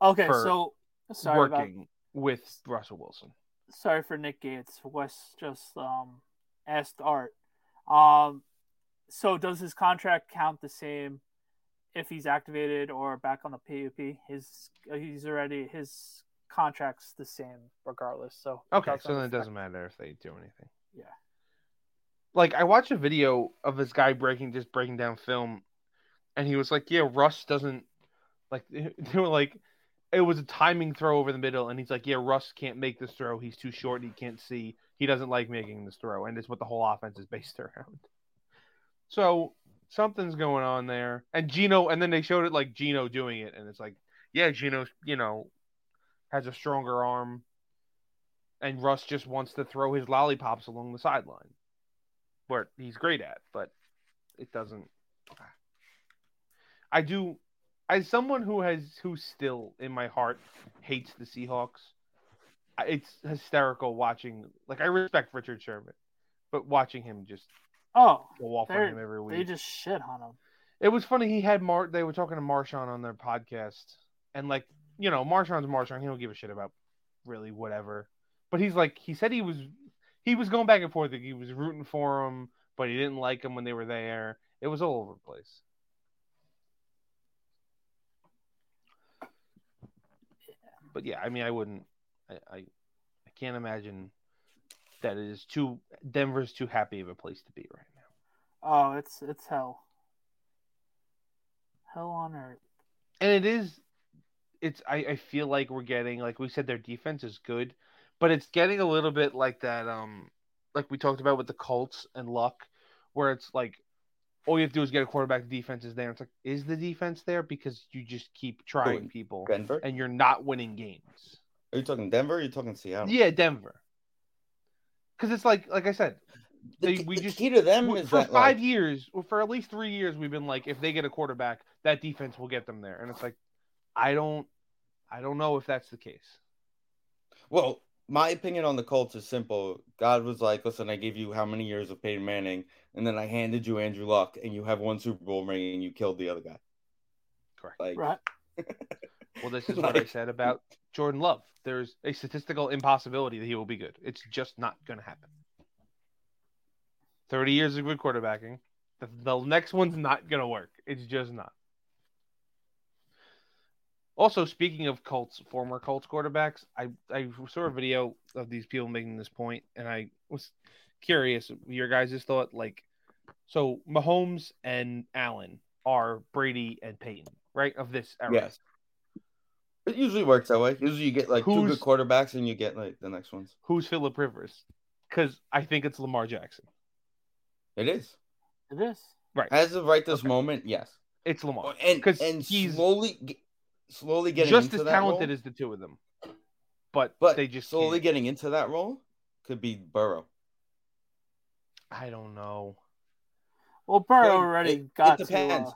S3: Okay,
S4: For
S3: so sorry about
S4: working with Russell Wilson.
S3: sorry for Nick Gates. Wes just um, asked Art. Um, so does his contract count the same if he's activated or back on the PUP? His he's already his contract's the same regardless. So it
S4: Okay, so then it
S3: affect-
S4: doesn't matter if they do anything.
S3: Yeah.
S4: Like I watched a video of this guy breaking just breaking down film, and he was like, "Yeah, Russ doesn't like." (laughs) They were like, "It was a timing throw over the middle," and he's like, "Yeah, Russ can't make this throw. He's too short. He can't see. He doesn't like making this throw, and it's what the whole offense is based (laughs) around." So something's going on there, and Gino, and then they showed it like Gino doing it, and it's like, "Yeah, Gino, you know, has a stronger arm." and Russ just wants to throw his lollipops along the sideline, where he's great at, but it doesn't. I do, as someone who has who still in my heart hates the Seahawks. I- It's hysterical watching. Like I respect Richard Sherman, but watching him just
S3: Oh,
S4: go off on
S3: They're-
S4: him every week.
S3: they just shit on him.
S4: It was funny. He had Mar. They were talking to Marshawn on their podcast, and like you know, Marshawn's Marshawn. He don't give a shit about really whatever. But he's like, he said he was, he was going back and forth. Like he was rooting for him, but he didn't like him when they were there. It was all over the place. But yeah, I mean, I wouldn't. I, I, I can't imagine that it is too. Denver's too happy of a place to be right now.
S3: Oh, it's it's hell. Hell on earth.
S4: and it is it's I, I feel like we're getting like we said their defense is good but it's getting a little bit like that um like we talked about with the colts and luck where it's like all you have to do is get a quarterback the defense is there it's like is the defense there because you just keep trying
S2: Who?
S4: people
S2: Denver.
S4: and you're not winning games
S2: Are you talking Denver? Or are you talking Seattle?
S4: yeah denver because it's like like i said
S2: The,
S4: They- we
S2: we the
S4: just-
S2: key to them
S4: w-
S2: is
S4: for
S2: that
S4: five
S2: like,
S4: years, or for at least three years, we've been like, if they get a quarterback, that defense will get them there. And it's like, I don't, I don't know if that's the case.
S2: Well, my opinion on the Colts is simple. God was like, listen, I gave you how many years of Peyton Manning, and then I handed you Andrew Luck, and you have one Super Bowl ring, and you killed the other guy.
S4: Correct.
S2: Like,
S3: Right.
S2: (laughs)
S4: Well, this is what I
S2: Like-
S4: said about Jordan Love. There's a statistical impossibility that he will be good. It's just not going to happen. Thirty years of good quarterbacking, the, the next one's not going to work. It's just not. Also, speaking of Colts, former Colts quarterbacks, I, I saw a video of these people making this point, and I was curious your guys' thought. Like, so Mahomes and Allen are Brady and Peyton, right? Of this era.
S2: yes. It usually works that way. Usually you get like two
S4: Who's-
S2: good quarterbacks, and you get like the next ones.
S4: who's Philip Rivers? Because I think it's Lamar Jackson.
S2: It is.
S3: It is.
S2: As of right this
S4: Okay.
S2: moment, yes.
S4: It's Lamar.
S2: And,
S4: 'Cause
S2: and
S4: he's
S2: slowly, ge- slowly getting
S4: just
S2: into
S4: as
S2: that
S4: talented
S2: role,
S4: as the two of them, but,
S2: but
S4: they just
S2: slowly
S4: can't.
S2: getting into that role could be Burrow.
S4: I don't know.
S3: Well, Burrow
S2: Well,
S3: already
S2: it- it
S3: got to.
S2: depends.
S3: uh,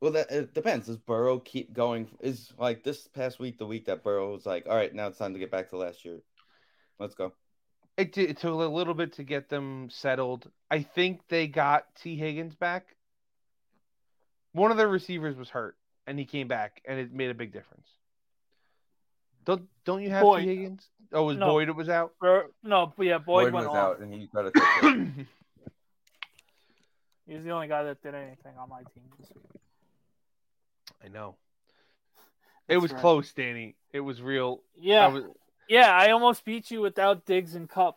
S2: Well, that it depends. Does Burrow keep going? Is like this past week the week that Burrow was like, all right, now it's time to get back to last year. Let's go.
S4: It, t- it took a little bit to get them settled. I think they got T. Higgins back. One of their receivers was hurt, and he came back, and it made a big difference. Don't don't you have
S3: Boyd.
S4: T. Higgins? Oh, it was
S3: No.
S4: Boyd that was out? (clears throat)
S3: Bur- no, but yeah, Boyd,
S2: was
S3: went off. (coughs)
S2: out, and he got a touchdown.
S4: yeah,
S3: He was the only guy that did anything on my team this week.
S4: I know. It
S3: That's
S4: was
S3: right.
S4: close, Danny. It was real. I
S3: Yeah,
S4: was,
S3: yeah. I almost beat you without Diggs and Cup.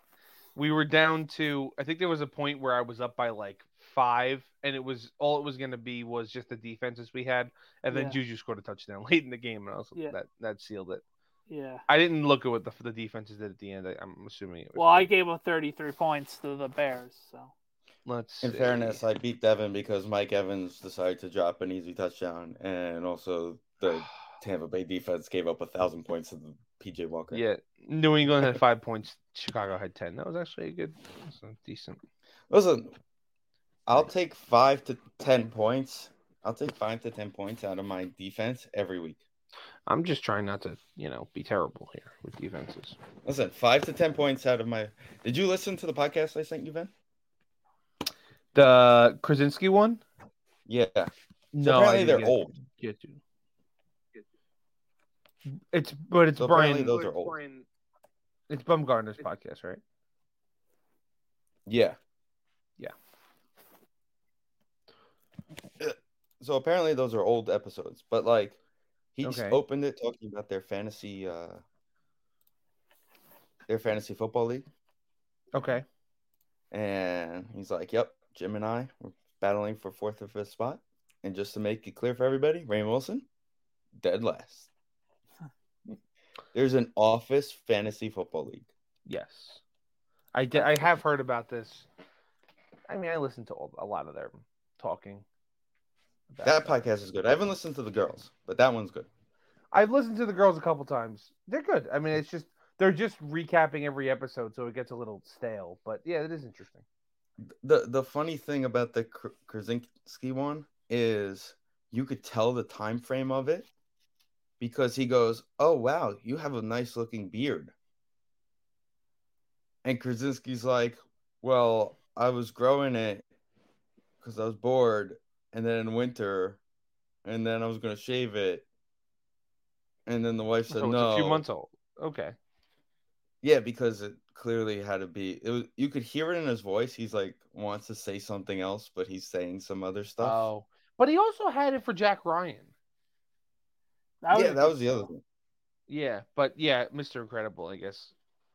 S4: we were down to I think there was a point where I was up by like five, and it was all it was going to be was just the defenses we had, and then
S3: Yeah.
S4: Juju scored a touchdown (laughs) late in the game, and I was like,
S3: Yeah.
S4: that that sealed it.
S3: Yeah.
S4: I didn't look at what the, the defenses did at the end. I, I'm assuming it was.
S3: Well, I gave him 33 points to the Bears. So
S4: let's
S2: In
S4: see.
S2: fairness, I beat Devin because Mike Evans decided to drop an easy touchdown, and also
S3: (sighs)
S2: the Tampa Bay defense gave up a thousand points to the PJ Walker.
S4: yeah, New England had five (laughs) points. Chicago had ten. That was actually a good, that was a decent.
S2: Listen, I'll take five to ten points. I'll take five to ten points out of my defense every week.
S4: I'm just trying not to, you know, be terrible here with defenses.
S2: Listen, five to ten points out of my. Did you listen to the podcast I sent you, Ben?
S4: The Krasinski one?
S2: Yeah.
S4: No, I
S2: apparently
S4: didn't
S2: they're
S4: get-
S2: old.
S4: Get to. It's but it's
S2: So
S4: Brian.
S2: apparently those
S4: but
S2: are
S4: it's
S2: old.
S4: Brian- It's Bumgarner's podcast, right?
S2: Yeah.
S4: Yeah.
S2: Uh, So apparently those are old episodes, but like he just
S4: Okay.
S2: opened it talking about their fantasy uh their fantasy football league
S4: Okay.
S2: and he's like, "Yep, Jim and I were battling for fourth or fifth spot." And just to make it clear for everybody, Ray Wilson dead last. There's an office fantasy football league.
S4: Yes. I did. I have heard about this. I mean, I listened to all- a lot of their talking. about
S2: That
S4: it.
S2: podcast is good. I haven't listened to the girls, but that one's good.
S4: I've listened to the girls a couple times. They're good. I mean, it's just they're just recapping every episode, so it gets a little stale. But yeah, it is interesting.
S2: the the funny thing about the Kr- Krasinski one is you could tell the time frame of it because he goes, "Oh wow, you have a nice looking beard," and Krasinski's like, "Well, I was growing it because I was bored, and then in winter, and then I was gonna shave it." And then the wife said,
S4: So Oh, it's
S2: "No,
S4: a few months old. Okay.
S2: yeah, because it clearly had to be. It was you could hear it in his voice. He's like wants to say something else, but he's saying some other stuff.
S4: Oh, but he also had it for Jack Ryan.
S3: that was
S2: yeah, that was the other thing.
S4: Yeah, but yeah, Mr. Incredible, I guess.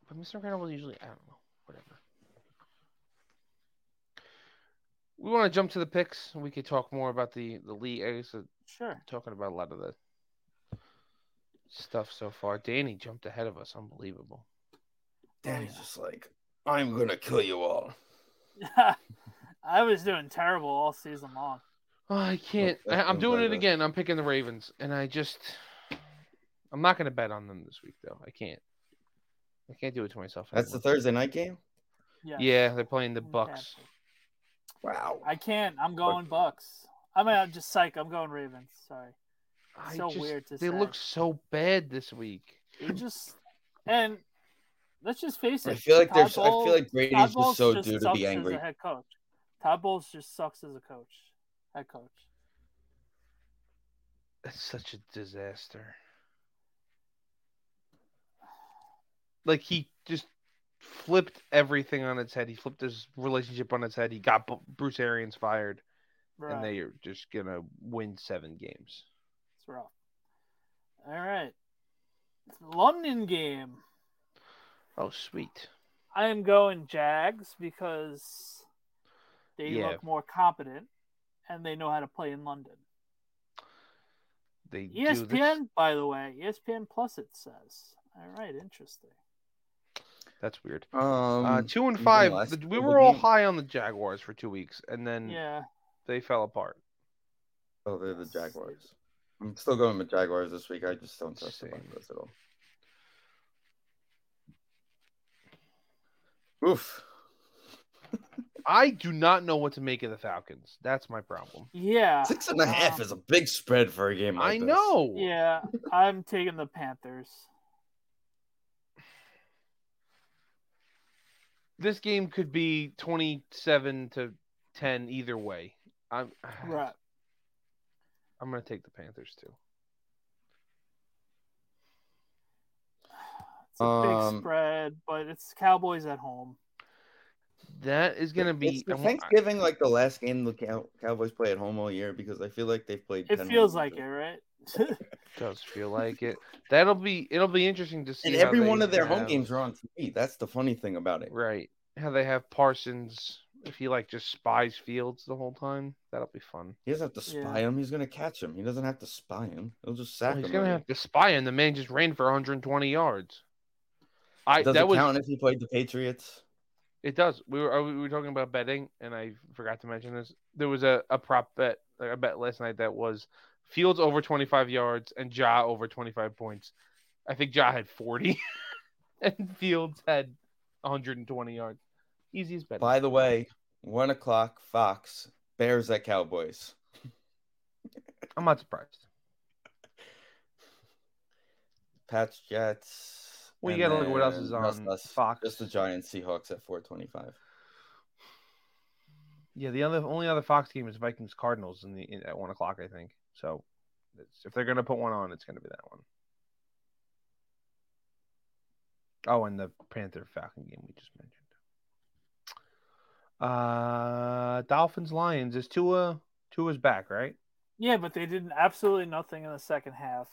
S4: But Mr. Incredible usually, I don't know, whatever. We want to jump to the picks. We could talk more about the the league. I guess uh,
S3: sure. (laughs)
S4: talking about a lot of the stuff so far. Danny jumped ahead of us. Unbelievable.
S2: Danny's just like, I'm gonna kill you all.
S3: I was doing terrible all season long.
S4: Oh, I can't.
S2: that
S4: I, I'm
S2: sounds
S4: doing
S2: like
S4: it
S2: a-
S4: again. I'm picking the Ravens, and I just, I'm not going to bet on them this week though. I can't. I can't do it to myself.
S2: That's the
S4: anymore.
S2: Thursday night game.
S3: Yeah.
S4: Yeah, they're playing the
S3: Okay.
S4: Bucks.
S2: Wow.
S3: I can't. I'm going Bucks. I mean, I'm just psych. I'm going Ravens. Sorry.
S4: I
S3: So
S4: just-
S3: weird to
S4: They
S3: say.
S4: look so bad this week.
S3: It just and let's just face it.
S2: I feel like
S3: Todd
S2: there's. I feel
S3: Bowles-
S2: like
S3: Todd
S2: Brady's
S3: Bowles
S2: just so
S3: just
S2: due to
S3: sucks
S2: be
S3: As
S2: angry.
S3: a head coach. Todd Bowles just sucks as a coach. Head coach.
S4: That's such a disaster. Like he just flipped everything on its head. He flipped his relationship on its head. He got Bu- Bruce Arians fired,
S3: Right.
S4: and they are just gonna win seven games.
S3: It's rough. All right. London game.
S4: Oh, sweet.
S3: I am going Jags because they
S4: Yeah.
S3: look more competent and they know how to play in London.
S4: They do
S3: E
S4: this-
S3: ESPN, by the way, E ESPN Plus, it says. All right, interesting.
S4: That's weird.
S2: Um,
S4: uh, two and
S2: even
S4: five.
S2: last
S4: The-
S2: week
S4: we
S2: of
S4: were
S2: the
S4: all
S2: game-
S4: high on the Jaguars for two weeks, and then
S3: Yeah,
S4: they fell apart.
S2: Oh, they're the Jaguars. I'm still going with Jaguars this week. I just don't trust the
S4: Same.
S2: Broncos at all. Oof.
S4: I do not know what to make of the Falcons. That's my problem.
S3: yeah,
S2: Six and a half
S3: Um,
S2: is a big spread for a game like
S4: Ah. I
S2: this.
S4: know.
S3: yeah. I'm taking the Panthers.
S4: this game could be 27 to 10 either way. I'm (sighs)
S3: Right.
S4: I'm going to take the Panthers too.
S3: It's a
S2: Um,
S4: Um,
S3: big spread, but it's Cowboys at home.
S4: That is gonna be
S2: Is the
S4: I want-
S2: Thanksgiving like the last game the Cow- Cowboys play at home all year because I feel like they've played.
S3: It
S2: 10
S3: feels
S2: games.
S3: like it, right? (laughs)
S4: does feel like it. That'll be it'll be interesting to see.
S2: And
S4: how
S2: every
S4: they
S2: one of their home
S4: have-
S2: games are on TV. That's the funny thing about it.
S4: Right. How they have Parsons if he like just spies Fields the whole time. That'll be fun.
S2: He doesn't have to spy
S3: Yeah.
S2: him. He's gonna catch him. He doesn't have to spy him. He'll just sack
S4: Well, he's
S2: him.
S4: gonna have to spy him. The man just ran for 120 yards. I
S2: Does
S4: that
S2: it
S4: was
S2: count if he played the Patriots?
S4: it does. We were oh, we were talking about betting, and I forgot to mention this. There was a, a prop bet like I bet last night that was Fields over 25 yards and Ja over 25 points. I think Ja had 40, (laughs) and Fields had 120 yards. Easiest bet.
S2: By the way, one o'clock, Fox Bears at Cowboys.
S4: I'm not surprised.
S2: Pats Jets.
S4: Well, you
S2: and
S4: gotta look at what else
S2: then
S4: is on
S2: just us-
S4: Fox.
S2: Just the Giants Seahawks at 425.
S4: Yeah, the other only other Fox game is Vikings Cardinals in the in, at one o'clock, I think. So it's, if they're gonna put one on, it's gonna be that one. Oh, and the Panther Falcon game we just mentioned. Uh, Dolphins Lions is Tua Tua's back, right?
S3: yeah, but they did absolutely nothing in the second half.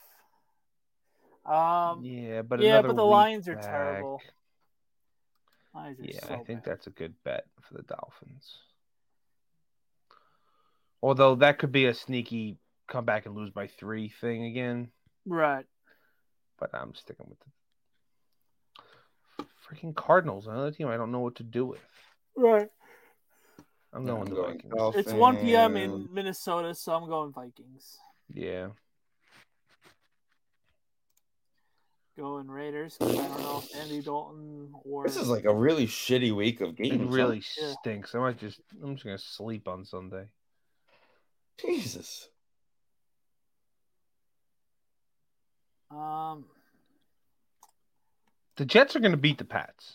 S3: Um,
S4: yeah, but
S3: yeah,
S4: another
S3: but the
S4: week
S3: Lions are
S4: back.
S3: terrible. Lions are
S4: Yeah,
S3: so
S4: I think
S3: bad.
S4: that's a good bet for the Dolphins. Although that could be a sneaky come back and lose by three thing again.
S3: right.
S4: but I'm sticking with the freaking Cardinals. Another team I don't know what to do with.
S3: Right.
S4: I'm going
S2: I'm
S4: with the
S2: going
S4: Vikings.
S2: Dolphins.
S3: It's 1 p.m. in
S2: Dolphins.
S3: Minnesota, so I'm going Vikings.
S2: (laughs)
S4: Yeah,
S3: Going Raiders. 'cause I don't know if Andy Dalton or
S2: This is like a really shitty week of
S4: it
S2: games. huh?
S4: really
S3: Yeah.
S4: stinks. I might just I'm just gonna sleep on Sunday.
S2: Jesus.
S3: um.
S4: The Jets are gonna beat the Pats.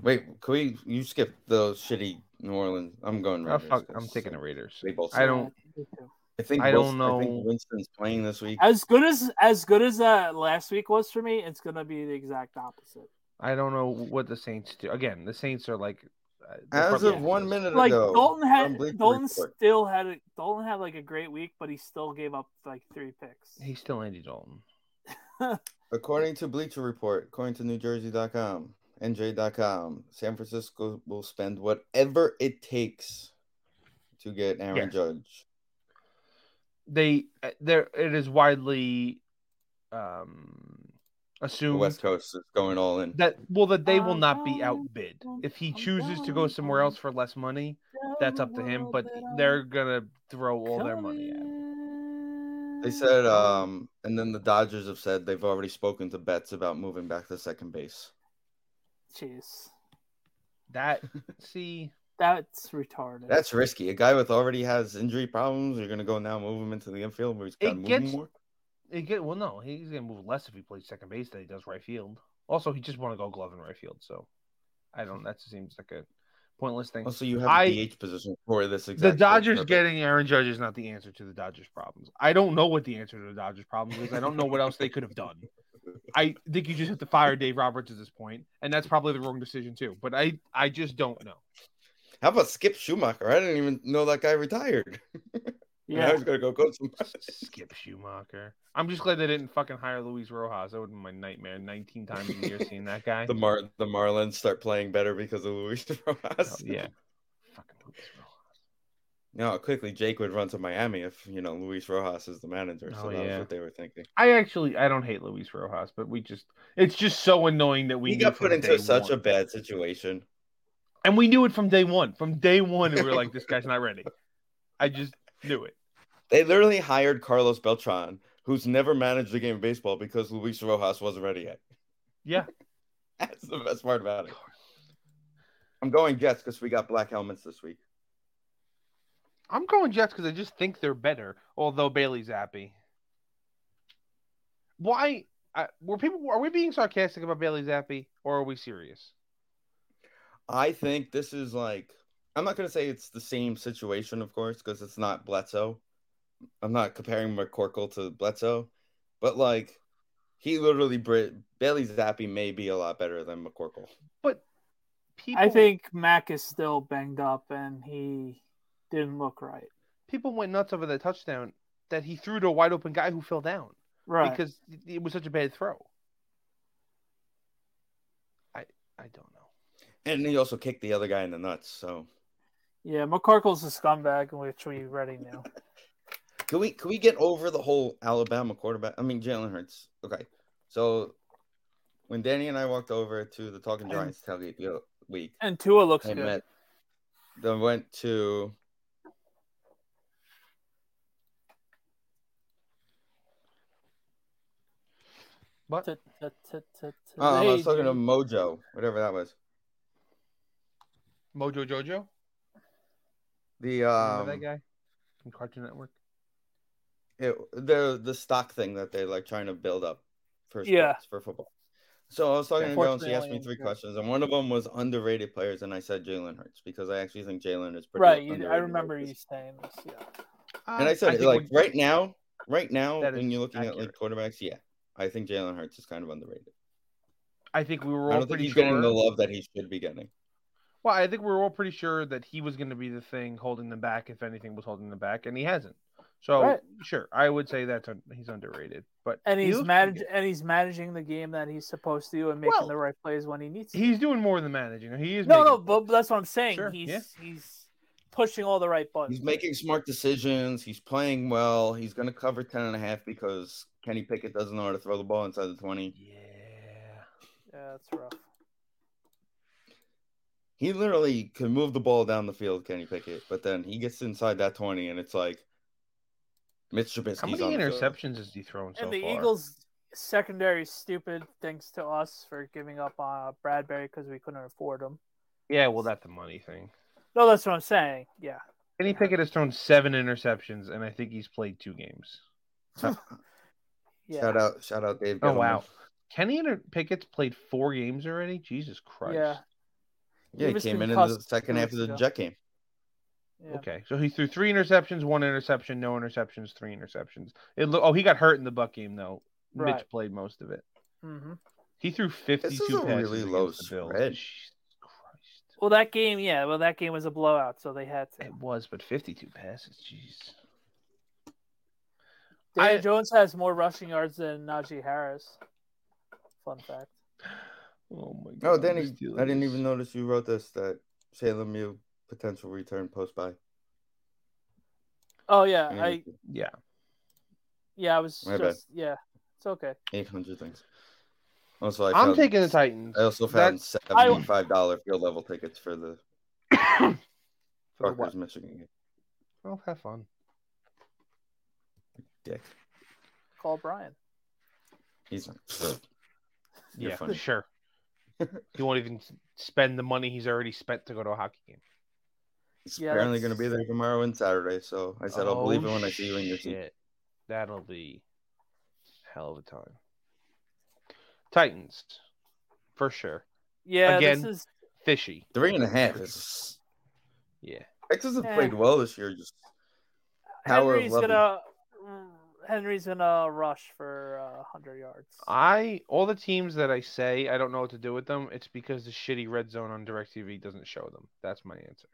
S2: Wait, can we? You skip the shitty New Orleans. I'm going.
S4: Oh,
S2: Raiders,
S4: fuck,
S2: 'cause
S4: I'm taking the Raiders.
S2: They both.
S4: I don't-
S3: me too.
S2: I think.
S4: I
S2: both-
S4: don't
S2: I
S4: know.
S2: think Winston's playing this week.
S3: As good as as good as uh, last week was for me, it's gonna be the exact opposite.
S4: I don't know what the Saints do. Again, the Saints are like uh, they're
S2: As
S4: probably
S2: of one
S4: after this.
S2: minute
S3: Like
S2: ago,
S3: Dalton
S2: from
S3: had
S2: Bleacher
S3: Dalton
S2: Report.
S3: still had a, Dalton had like a great week, but he still gave up like three picks.
S4: He's still Andy Dalton.
S2: According to Bleacher Report, according to NewJersey.com, NJ.com, San Francisco will spend whatever it takes to get Aaron
S4: Yeah.
S2: Judge.
S4: They uh, there it is widely um
S2: The
S4: assumed
S2: West Coast is going all in.
S4: that well that they will
S3: I'm
S4: not be
S3: going-
S4: outbid if he
S3: I'm
S4: chooses to go
S3: going-
S4: somewhere else for less money that's up to him but they're gonna throw all their money at him.
S3: at.
S2: They said, um, and then the Dodgers have said they've already spoken to Betts about moving back to second base.
S3: "Jeez,
S2: (laughs)
S4: that see
S3: that's retarded."
S2: That's risky. A guy with already has injury problems, you're gonna go now move him into the infield where he's got to
S4: It
S2: move
S4: gets-
S2: more.
S4: it get well no he's gonna move less if he plays second base than he does right field also he just want to go glove in right field so i don't that seems like a pointless thing
S2: Also, you have
S4: I-
S2: a DH position for this exact.
S4: the Dodgers
S2: purpose.
S4: getting Aaron Judge is not the answer to the Dodgers' problems. I don't know what the answer to the Dodgers' problems is. I don't know what else they could have done. I think you just have to fire Dave Roberts at this point, and that's probably the wrong decision too. But I, I just don't know.
S2: How about Skip Schumacher? I didn't even know that guy retired. (laughs) Yeah, I
S3: yeah.
S2: was gonna go coach him.
S4: Skip Schumacher. I'm just glad they didn't fucking hire Luis Rojas. That would have been my nightmare. 19 times a year seeing that
S2: (laughs)
S4: guy.
S2: the Mar the Marlins start playing better because of Luis (laughs)
S4: Oh,
S2: Rojas.
S4: yeah. Fucking Luis Rojas.
S2: No, quickly Jake would run to Miami if you know Luis Rojas is the manager. So
S4: Oh,
S2: that
S4: yeah.
S2: was what they were thinking.
S4: I actually, I don't hate Luis Rojas, but we just, it's just so annoying that we
S2: We
S4: knew
S2: got
S4: from
S2: put into
S4: day
S2: such
S4: one.
S2: a bad situation.
S4: And we knew it from day one. From day one, we were like, this guy's not ready. I just knew it.
S2: They literally hired Carlos Beltran, who's never managed a game of baseball because Luis Rojas wasn't ready yet.
S4: Yeah.
S2: (laughs) That's the best part about it. I'm going Jets because we got black helmets this week.
S4: I'm going Jets because I just think they're better, although Bailey's happy. Why I, were people are we being sarcastic about Bailey Zappi or are we serious?
S2: I think this is like I'm not gonna say it's the same situation, of course, because it's not Bledsoe. I'm not comparing McCorkle to Bledsoe, but like he literally br- Bailey Zappi may be a lot better than McCorkle.
S4: people
S3: I think Mac is still banged up and he didn't look right.
S4: people went nuts over the touchdown that he threw to a wide open guy who fell down
S3: Right.
S4: because it was such a bad throw. I I don't know.
S2: And he also kicked the other guy in the nuts. So
S3: yeah, McCorkle's a scumbag, which we already knew.
S2: can we can we get over the whole Alabama quarterback? I mean Jalen Hurts. Okay, so when Danny and I walked over to the Talking
S3: And-
S2: Giants tailgate the other week,
S3: and Tua looks
S2: I
S3: good.
S2: met. Then went to.
S4: What?
S3: Tut, tut, tut, tut, tut.
S2: Oh, I was
S3: Hey,
S2: talking to
S3: dude.
S2: Mojo, whatever that was.
S4: Mojo Jojo?
S2: The
S4: Remember
S2: um,
S4: that guy from Cartoon Network?
S2: it, the the stock thing that they're like trying to build up for sports,
S3: Yeah.
S2: for football. So I was talking to a girl and she asked me
S4: Unfortunately,
S2: three
S4: yeah.
S2: questions, and one of them was underrated players, and I said Jalen Hurts because I actually think Jalen is pretty.
S3: Right, you,
S2: underrated
S3: I remember
S2: right
S3: you
S2: this-
S3: saying this. Yeah,
S2: And I said
S4: Uh, think
S2: like
S4: when-
S2: right now, right now
S4: That
S2: when
S4: is
S2: you're looking
S4: accurate.
S2: at like quarterbacks, yeah, I think Jalen Hurts is kind of underrated.
S4: I think we were
S2: I don't
S4: all
S2: think
S4: pretty
S2: he's
S4: sure.
S2: getting the love that he should be getting.
S4: Well, I think we were all pretty sure that he was going to be the thing holding them back, if anything was holding them back, and he hasn't. So
S3: Right.
S4: sure, I would say that's un- he's underrated, but
S3: and
S4: he
S3: he's
S4: looks pretty
S3: manage and he's managing the game that he's supposed to and making
S4: Well,
S3: the right plays when he needs
S4: good.
S3: to.
S4: He's doing more than managing. He is
S3: no,
S4: making
S3: no, but that's what I'm saying.
S4: Sure,
S3: he's he's pushing all the right buttons.
S2: He's making smart decisions. He's playing well. He's going to cover 10 and a half because Kenny Pickett doesn't know how to throw the ball inside the 20.
S4: yeah.
S3: Yeah, that's rough.
S2: He literally can move the ball down the field, Kenny Pickett, but then he gets inside that 20 and it's like Mitch Trubisky's
S4: How many
S2: on the field.
S4: interceptions has he thrown so
S3: and the
S4: far?
S3: Eagles secondary is stupid thanks to us for giving up on uh, Bradbury because we couldn't afford him.
S4: Yeah, well, that's the money thing.
S3: No, that's what I'm saying. Yeah,
S4: Kenny Pickett has thrown seven interceptions, and I think he's played two games.
S3: (laughs) yeah.
S2: Shout out, shout out, Dave.
S4: Oh,
S2: Gettleman.
S4: wow. Kenny Inter- Pickett's played four games already. Jesus Christ.
S3: Yeah.
S2: Yeah,
S3: He
S2: he
S3: was
S2: came in in the
S3: concussed
S2: second
S3: two
S2: half of
S3: weeks
S2: the
S3: ago.
S2: jet game.
S3: Yeah.
S4: Okay, so he threw three interceptions, one interception, no interceptions, three interceptions. It lo- oh, he got hurt in the Buck game though.
S3: Right.
S4: Mitch played most of it.
S3: hmm
S4: He threw fifty-two
S2: This is a
S4: passes
S2: really
S4: against
S2: low
S4: the Bills.
S2: spread.
S4: Jesus Christ,
S3: Well, that game, yeah. Well, that game was a blowout, so they had to.
S4: it was, but fifty-two passes. Jeez.
S3: Daniel
S4: I-
S3: Jones has more rushing yards than Najee Harris. Fun fact.
S4: Oh my god.
S2: Oh,
S4: I'm
S2: Danny,
S4: stealing
S2: I didn't
S4: this.
S2: even notice you wrote this that Salem Mew potential return post by.
S3: Oh yeah, I
S4: Yeah,
S3: yeah I was
S2: Mm. My bad.
S3: just yeah. It's okay.
S2: 800 things. Also, I
S4: I'm
S2: found-
S4: taking the Titans
S2: I also found seventy-five dollar field level tickets for the
S4: for the what?
S2: Rutgers Michigan game.
S4: Well, have fun.
S2: Dick,
S3: Call Brian.
S2: he's not. You're
S4: yeah,
S2: funny. (laughs)
S4: sure. he won't even spend the money he's already spent to go to a hockey game.
S2: He's
S3: Yeah,
S2: apparently going
S3: that's-
S2: to be there tomorrow and Saturday. So I said, I'll believe it when I see you in your seat.
S4: Oh, shit. That'll be hell of a time. Titans, for sure.
S3: Yeah, this
S4: Again.
S3: is
S4: Fishy.
S2: Three and a half. Is,
S4: Yeah.
S2: Texas has
S3: Eh.
S2: played well this year. Just power
S3: Henry's
S2: of love.
S3: gonna mm, Henry's gonna rush for uh, hundred yards.
S4: I all the teams that I say I don't know what to do with them, it's because the shitty red zone on DirecTV doesn't show them. That's my answer.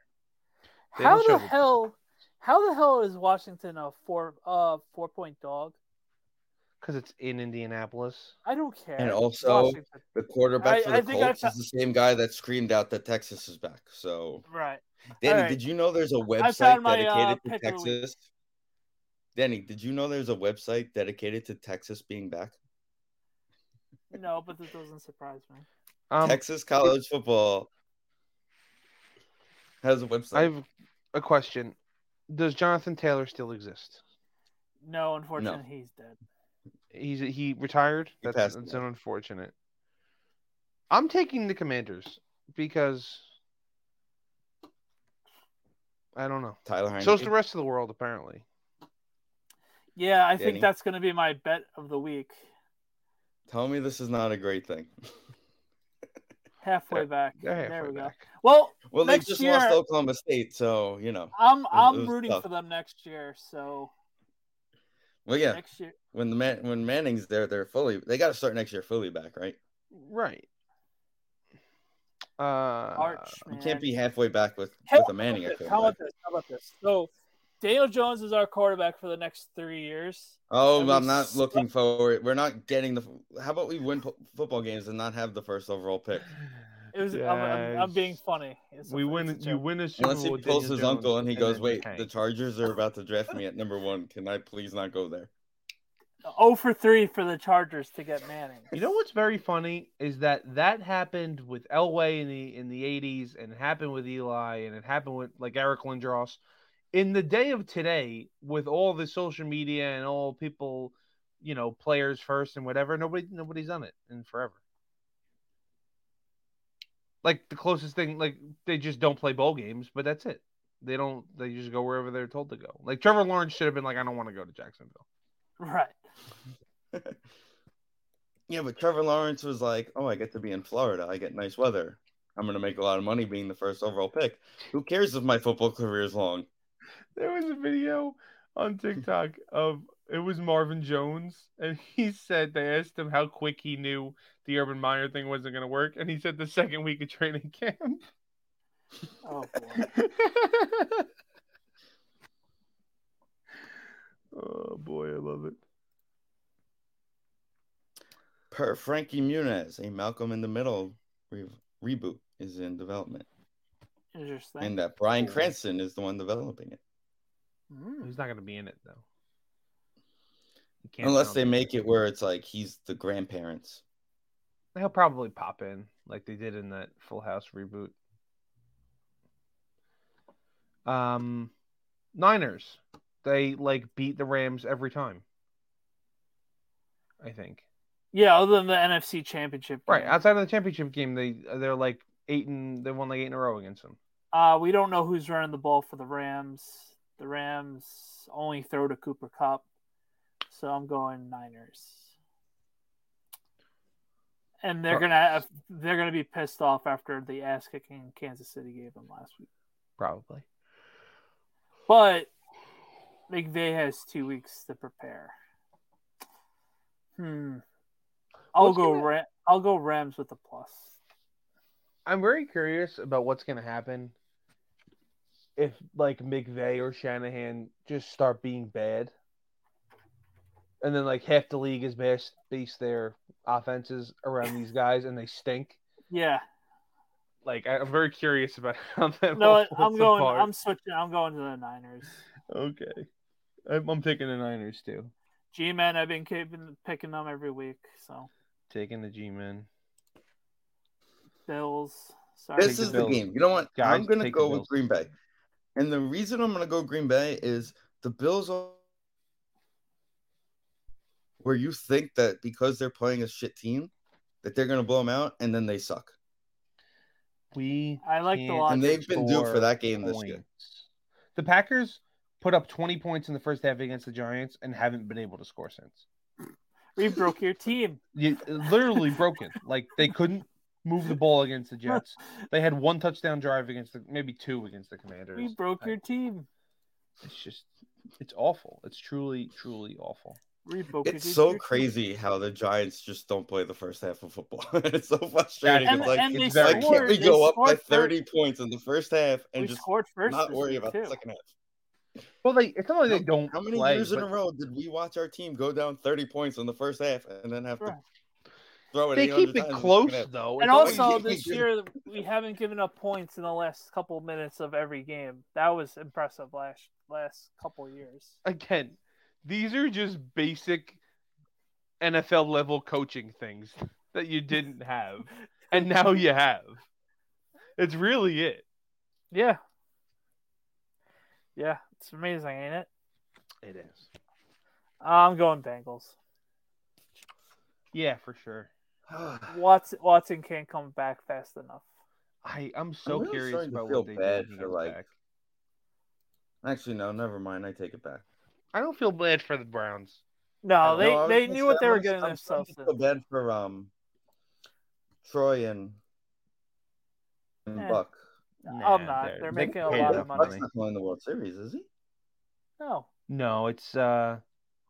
S4: they
S3: How
S4: don't
S3: the
S4: show the-
S3: hell? How the hell is Washington a four uh four point dog?
S4: Because it's in Indianapolis.
S3: I don't care.
S2: And
S3: It's
S2: also-
S3: Washington.
S2: The quarterback
S3: I-
S2: for
S3: I
S2: the
S3: think I
S2: Colts
S3: fo-
S2: is the same guy that screamed out that Texas is back. So,
S3: right?
S2: Danny,
S3: right.
S2: did you know there's a
S3: found
S2: website
S3: my,
S2: dedicated
S3: uh,
S2: to
S3: pick of the week.
S2: Texas? Danny, did you know there's a website dedicated to Texas being back?
S3: No, but that doesn't surprise me.
S4: Um,
S2: Texas college football has a website.
S4: I have a question. Does Jonathan Taylor still exist?
S3: No, unfortunately, he's dead.
S4: He's he retired.
S2: He
S4: That's,
S2: passed
S4: that's
S2: away.
S4: an unfortunate. I'm taking the Commanders because I don't know.
S2: Tyler Heineke.
S4: So's the rest of the world apparently.
S3: Yeah, I
S2: Danny?
S3: think that's gonna be my bet of the week.
S2: Tell me this is not a great thing.
S3: Halfway
S4: Yeah,
S3: back.
S4: They're
S3: there
S4: halfway
S3: we go.
S4: back.
S3: Well,
S2: Well, they
S3: Next
S2: just
S3: year-
S2: lost Oklahoma State, so you know.
S3: I'm
S2: it
S3: I'm
S2: was
S3: rooting
S2: tough.
S3: for them next year. So
S2: Well, yeah,
S3: next year,
S2: when the man when Manning's there, they're fully. They got to start next year fully back, right?
S4: Right. Uh,
S3: Arch,
S2: You
S3: man.
S2: can't be halfway back with,
S3: How
S2: with a
S3: about
S2: Manning. I
S3: this?
S2: feel
S3: How
S2: like.
S3: about this? How about this? So, Daniel Jones is our quarterback for the next three years.
S2: Oh,
S3: And
S2: I'm
S3: we
S2: not
S3: suck.
S2: looking forward. We're not getting the. How about we win po- football games and not have the first overall pick?
S3: It was. I'm, I'm, I'm
S4: Yes.
S3: being funny. It's a-
S4: We
S3: it's
S4: win.
S3: a
S4: You
S3: joke.
S4: win a Super
S2: Unless
S4: Bowl.
S2: he
S4: with
S2: pulls
S4: Daniel
S2: his
S4: Jones,
S2: uncle and he
S4: and
S2: goes,
S4: then
S2: "Wait,
S4: tank."
S2: the Chargers are about to draft me at number one. Can I please not go there?"
S3: 0 for three for the Chargers to get Manning.
S4: You know what's very funny is that that happened with Elway in the in the eighties, and it happened with Eli, and it happened with like Eric Lindros. In the day of today, with all the social media and all people, you know, players first and whatever, nobody nobody's done it in forever. Like the closest thing, like they just don't play bowl games, but that's it. They don't. They just go wherever they're told to go. Like Trevor Lawrence should have been like, I don't want to go to Jacksonville.
S3: (laughs) Right.
S2: (laughs) Yeah, but Trevor Lawrence was like, "Oh, I get to be in Florida. I get nice weather. I'm gonna make a lot of money being the first overall pick. Who cares if my football career is long?"
S4: there was a video on TikTok of it was Marvin Jones, and (laughs) he said they asked him how quick he knew the Urban Meyer thing wasn't going to work, and he said the second week of training (laughs) camp.
S3: Oh boy.
S4: oh boy, I love it.
S2: Per Frankie Muniz, a Malcolm in the Middle re- reboot is in development,
S3: Interesting.
S2: and that Brian Cranston is the one developing it.
S3: Mm.
S4: He's not going to be in it though. He can't
S2: Unless
S4: sound-
S2: they make it where it's like he's the grandparents.
S4: He'll probably pop in like they did in that Full House reboot. Um, Niners, they like beat the Rams every time. I think
S3: Yeah, other than the NFC Championship.
S4: right
S3: game.
S4: outside of the championship game, they they're like eight and they won like eight in a row against them.
S3: Uh, we don't know who's running the ball for the Rams. The Rams only throw to Cooper Cup, so I'm going Niners. And they're
S4: Right.
S3: gonna they're gonna be pissed off after the ass kicking Kansas City gave them last week.
S4: Probably
S3: But McVay has two weeks to prepare. Hmm. I'll
S4: What's
S3: go.
S4: gonna-
S3: Ra- I'll go Rams with a plus.
S4: I'm very curious about what's going to happen if like McVay or Shanahan just start being bad, and then like half the league is based base their offenses around these guys, and they stink.
S3: Yeah.
S4: Like I- I'm very curious about (laughs) how that.
S3: No,
S4: all
S3: I'm
S4: (laughs) falls
S3: going.
S4: apart.
S3: I'm switching. I'm going to the Niners.
S4: okay. I'm, I'm picking the Niners too.
S3: G men, I've been keeping, picking them every week. So
S4: Taking the G-men.
S3: Bills. Sorry.
S2: This
S4: the
S2: is the
S4: Bills.
S2: game. You know what?
S4: Guys,
S2: I'm going to
S4: take the
S2: go with
S4: Bills.
S2: Green Bay. And the reason I'm going to go Green Bay is the Bills are where you think that because they're playing a shit team that they're going to blow them out and then they suck.
S4: We
S3: I like the
S4: can't
S3: logic.
S2: And they've been due for
S4: score
S2: that game this year.
S4: points. The Packers put up 20 points in the first half against the Giants and haven't been able to score since.
S3: we broke
S2: (laughs)
S3: your team.
S4: You, literally broken. Like they couldn't move the ball against the Jets. They had one touchdown drive against the maybe two against the Commanders.
S3: We broke your team.
S4: It's just it's awful. It's truly truly awful.
S3: We broke your
S2: It's so
S3: team.
S2: crazy how the Giants just don't play the first half of football. (laughs) it's so frustrating.
S4: And-
S2: it's like,
S3: and they
S2: it's why can't
S3: scored-
S2: we
S3: they
S2: go up by
S3: scored first.
S2: 30 points in the first half and
S3: We
S2: just
S3: scored first.
S2: not
S3: this
S2: worry
S3: week,
S2: about
S3: too.
S2: the second half?
S4: Well, they it's not like they
S2: How-
S4: don't
S2: How many
S4: play,
S2: years in
S4: but
S2: a row did we watch our team go down 30 points in the first half and then have to
S3: Sure.
S2: throw it?
S4: They
S2: 800
S4: keep it
S2: times in the
S4: close
S2: second half?
S4: though.
S3: And
S4: It's always-
S3: also
S2: always-
S3: this year we haven't given up points in the last couple minutes of every game. That was impressive last last couple years.
S4: again, these are just basic NFL level coaching things that you didn't have, and now you have. It's really it.
S3: Yeah. Yeah, it's amazing, ain't it?
S4: It is.
S3: I'm going Bengals.
S4: Yeah, for sure.
S3: Watson Watson can't come back fast enough.
S4: I I'm so
S2: really
S4: curious
S2: starting to
S4: about
S2: feel
S4: what they
S2: bad
S4: do
S2: for,
S4: for
S2: like-
S4: back.
S2: (sighs) Actually, no, never mind. I take it back.
S4: I don't feel bad for the Browns.
S3: No,
S2: No,
S3: Oh, they,
S2: I was
S3: they
S2: gonna
S3: knew
S2: say,
S3: what they
S2: I'm
S3: were
S2: gonna-
S3: getting
S2: I'm
S3: themselves
S2: starting to
S3: into.
S2: feel bad for um, Troy and, and
S3: Eh.
S2: Buck.
S3: I'm not. They're
S4: they
S3: making a
S4: paid
S3: lot
S4: enough
S3: of money.
S2: Buck's not playing the World Series, is he?
S3: No.
S4: No, it's uh,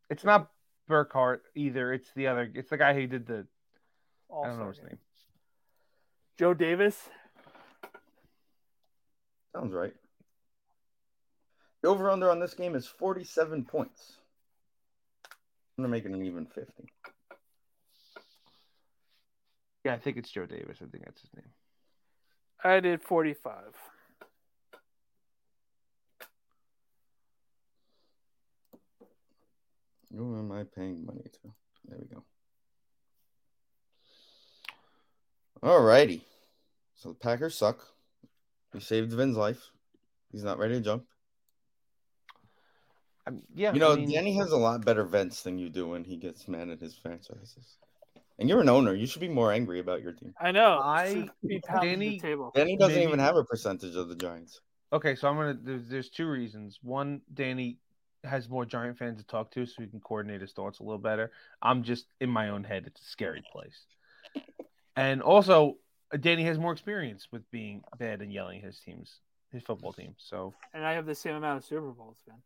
S4: it's not Burkhart either. It's the other. It's the guy who did the. I don't know
S3: All-star
S4: his
S3: game.
S4: name.
S3: Joe Davis.
S2: Sounds right. The over under on this game is 47 points. I'm going to make it an even 50.
S4: Yeah, I think it's Joe Davis. I think that's his name.
S3: I did 45.
S2: Who am I paying money to? There we go. All righty. So the Packers suck. We saved Vin's life. He's not ready to jump.
S4: Um, yeah,
S2: You know,
S4: I mean,
S2: Danny has a lot better vents than you do when he gets mad at his franchises. And you're an owner. You should be more angry about your team.
S3: I know.
S4: I-
S3: Be pounding
S4: Danny-
S3: the table.
S2: Danny doesn't
S4: Maybe-
S2: even have a percentage of the Giants.
S4: Okay, so I'm gonna. There's, there's two reasons. One, Danny has more Giant fans to talk to, so we can coordinate his thoughts a little better. I'm just in my own head. It's a scary place. And also, Danny has more experience with being bad and yelling at his teams, his football team. So,
S3: And I have the same amount of Super Bowls, man.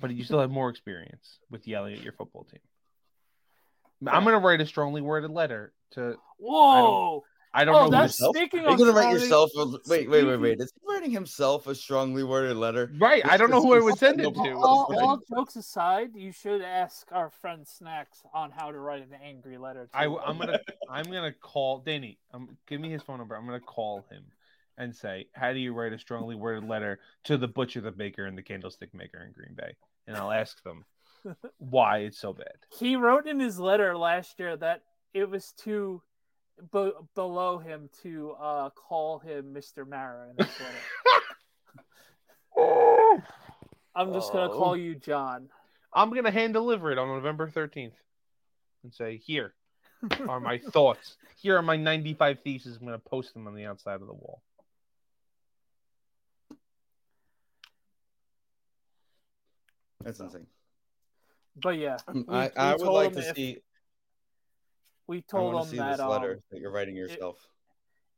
S4: but you still have more experience with yelling at your football team. I'm gonna write a strongly worded letter to.
S3: Whoa!
S4: I don't
S3: Oh,
S4: know.
S3: that's-
S4: who
S2: Yourself?
S3: speaking
S2: Are you
S3: of
S2: gonna write
S3: strongly-
S2: yourself? A, wait, wait, wait, wait.
S3: speaking-
S2: Is he writing himself a strongly worded letter?
S4: this- right. I don't know who I would send it
S3: All,
S4: to.
S3: all- all jokes aside, you should ask our friend Snacks on how to write an angry letter. To
S4: I, am gonna I'm gonna call Danny. Um, give me his phone number. I'm gonna call him and say, "How do you write a strongly worded letter to the butcher, the baker, and the candlestick maker in Green Bay?" And I'll ask them why it's so (laughs) bad.
S3: He wrote in his letter last year that it was too be- below him to uh, call him Mr. Mara in his letter. I'm just gonna
S4: Oh.
S3: call you John.
S4: I'm gonna hand deliver it on November 13th and say, "Here are (laughs) my thoughts. Here are my 95 theses. I'm gonna post them on the outside of the wall."
S2: That's insane.
S3: But yeah,
S2: Um,
S3: We-
S2: I,
S3: we
S2: I would
S3: told
S2: like
S3: him
S2: to
S3: if-
S2: see.
S3: we
S2: I
S3: told
S2: want to
S3: him
S2: see
S3: that
S2: this letter
S3: um,
S2: that you're writing yourself.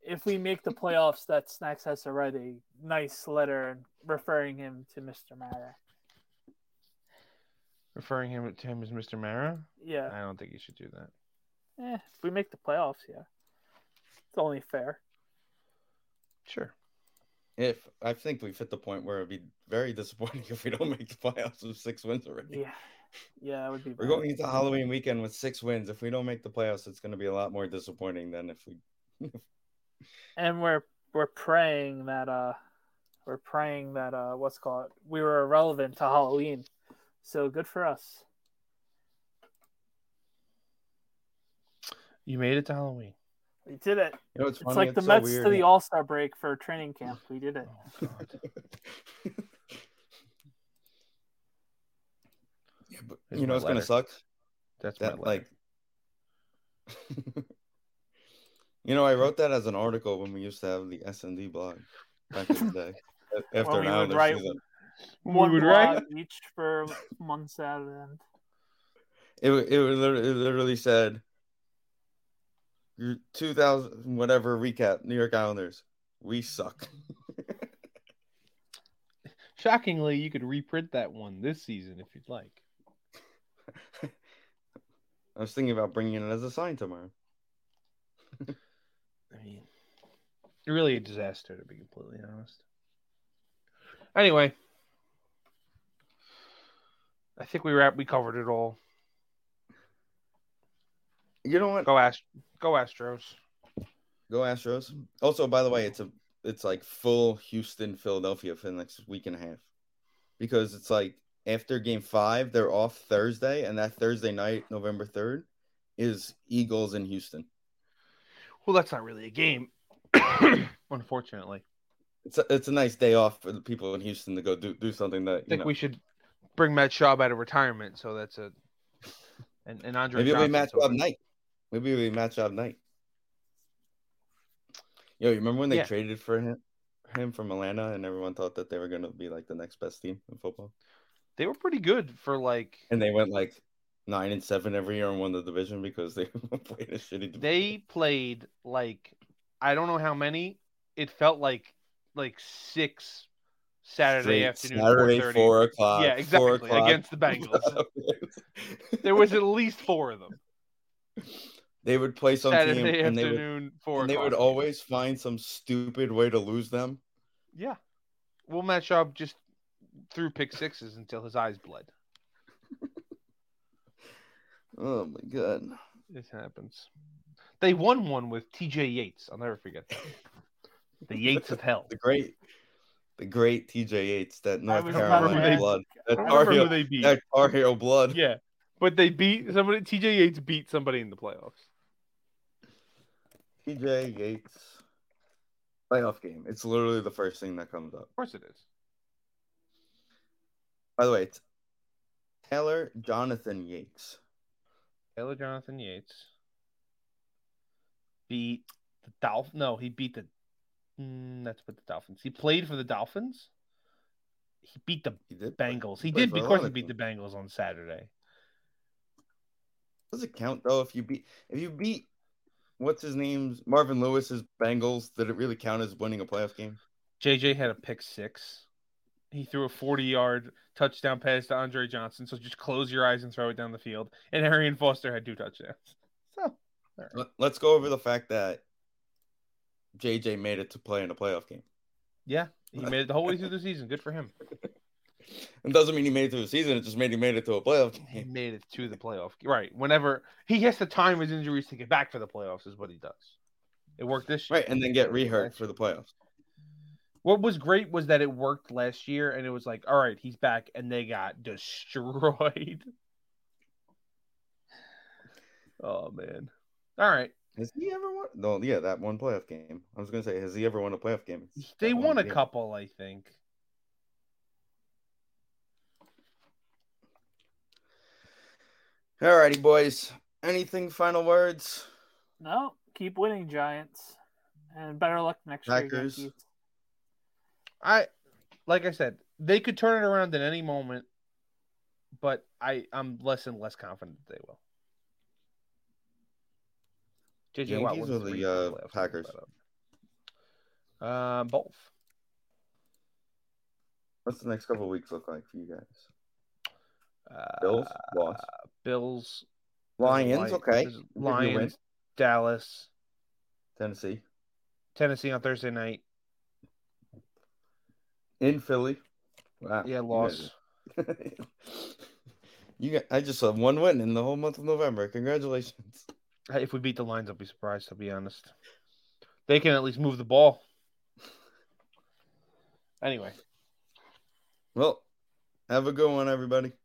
S3: if we make the playoffs, that Snacks has to write a nice letter referring him to Mr. Mara.
S4: Referring him to him as Mr. Mara.
S3: Yeah,
S4: I don't think you should do that.
S3: eh, if we make the playoffs, yeah, it's only fair.
S4: Sure.
S2: If I think we've hit the point where it'd be very (laughs) disappointing if we don't make the playoffs with six wins already.
S3: Yeah, yeah, it would be.
S2: We're
S3: bad.
S2: going into Halloween weekend with six wins. If we don't make the playoffs, it's going to be a lot more disappointing than if we.
S3: and we're we're praying that uh we're praying that uh what's it called we were irrelevant to Halloween. So good for us.
S4: You made it to Halloween.
S3: We did it.
S2: You know, it's,
S3: It's
S2: funny,
S3: like the
S2: so
S3: Mets
S2: weird.
S3: to the All Star break for training camp. We did it.
S4: Oh, God.
S2: Yeah, but
S4: Here's
S2: you know
S4: my
S2: it's going to suck.
S4: letter. That's
S2: that
S4: my like
S2: like (laughs) you know i wrote that as an article when we used to have the s&d blog back in the day a- after
S3: (laughs)
S2: an
S3: When we would
S2: Islander
S3: write-
S2: season
S3: One
S4: would
S3: blog
S4: write-
S3: each for months out of end.
S2: it, wa- it, wa- literally, it literally said your 2000 whatever recap new york islanders we suck
S4: shockingly, you could reprint that one this season if you'd like.
S2: i was thinking about bringing it as a sign tomorrow
S4: I mean, really a disaster to be completely honest. Anyway, I think we wrap. We covered it all.
S2: you know what
S4: Go Ast- Go Astros.
S2: go astros also by the way it's a it's like full houston philadelphia for the next week and a half because it's like after game five they're off thursday and that thursday night november 3rd is eagles in houston
S4: Well, that's not really a game, (coughs) unfortunately.
S2: it's a, it's a nice day off for the people in houston to go do, do something that
S4: I
S2: you
S4: think
S2: know,
S4: we should bring Matt Schaub out of retirement. So that's a and and Andre.
S2: maybe it'll be
S4: Johnson's
S2: match
S4: over.
S2: up night maybe it'll be match up night yo you remember when they
S4: Yeah.
S2: traded for him him from Atlanta, and everyone thought that they were going to be like the next best team in football,
S4: They were pretty good for like
S2: and they went like nine and seven every year and won the division because they (laughs) played a shitty division.
S4: they played like I don't know how many. It felt like like six Saturday
S2: Straight
S4: afternoon.
S2: Saturday,
S4: 4:30.
S2: four o'clock.
S4: yeah,
S2: Four
S4: exactly.
S2: o'clock.
S4: Against
S2: (laughs)
S4: the Bengals. there was at least four of them.
S2: they would play (laughs) some team,
S4: Saturday
S2: and they would,
S4: afternoon, four
S2: and they
S4: o'clock.
S2: would always find some stupid way to lose them.
S4: Yeah. Will Matt Schaub just threw pick sixes until his eyes bled.
S2: Oh my god.
S4: This happens. They won one with T.J. Yates. I'll never
S2: (laughs)
S4: forget that. the Yates of Hell.
S2: The great the great TJ Yates, that North
S3: was
S4: about to
S2: Carolina
S4: ask-
S2: blood.
S3: I
S2: That
S4: I
S2: Tar
S4: remember who
S2: Heel
S4: they beat.
S2: that Tar Heel blood.
S4: Yeah, but they beat somebody. T.J. Yates beat somebody in the playoffs.
S2: TJ Yates playoff game. It's literally the first thing that comes up.
S4: Of course it is.
S2: By the way, it's Taylor Jonathan Yates.
S4: Taylor Jonathan Yates beat the Dolphins. No, he beat the. Mm, that's with the Dolphins. He played for the Dolphins. He beat the
S2: He did. play.
S4: Bengals. He
S2: played
S4: did,
S2: for a
S4: of
S2: lot
S4: course, he
S2: of
S4: beat the Bengals on Saturday.
S2: Does it count though? If you beat, if you beat, what's his name's Marvin Lewis's Bengals, did it really count as winning a playoff game?
S4: JJ had a pick six. He threw a 40 yard touchdown pass to Andre Johnson. So just close your eyes and throw it down the field. And Arian Foster had two touchdowns. So
S2: Let- Let's go over the fact that JJ made it to play in a playoff game.
S4: Yeah, he made it the whole way through the season. Good for him.
S2: It doesn't mean he made it through the season. It just made he made it to a playoff
S4: He
S2: (laughs) game.
S4: made it to the playoff. Right. Whenever he has to time his injuries to get back for the playoffs is what he does. It worked this year.
S2: Right, and then get rehurt for the playoffs.
S4: What was great was that it worked last year and it was like, all right, he's back and they got (laughs) destroyed. oh man. All right.
S2: Has he ever won? No, yeah, that one playoff game. I was gonna say, has he ever won a playoff game? It's
S4: They
S2: that one
S4: won a
S2: game.
S4: couple, I think.
S2: Alrighty, boys. Anything final words?
S3: No, keep winning, Giants, and better luck next
S2: Packers.
S3: year. Yankees.
S4: I like I said, they could turn it around at any moment, but I, I'm less and less confident that they will. JJ Watt
S2: Yankees
S4: won
S2: or the,
S4: three playoff
S2: uh,
S4: games,
S2: Packers?
S4: but, Um, both.
S2: What's the next couple weeks look like for you guys?
S4: Uh,
S2: Bills lost.
S4: Bills. there's a
S2: Lions,
S4: Li-
S2: okay. Give
S4: there's a
S2: you a win.
S4: Lions. Dallas.
S2: Tennessee
S4: Tennessee on Thursday night.
S2: in Philly. Wow.
S4: Yeah,
S2: Ah, you
S4: loss.
S2: guys are- (laughs) you got, I just have one win in the whole month of November. Congratulations.
S4: Hey, If we beat the Lions, I'll be surprised. I'll be honest. They can at least move the ball. (laughs) Anyway,
S2: Well, have a good one, everybody.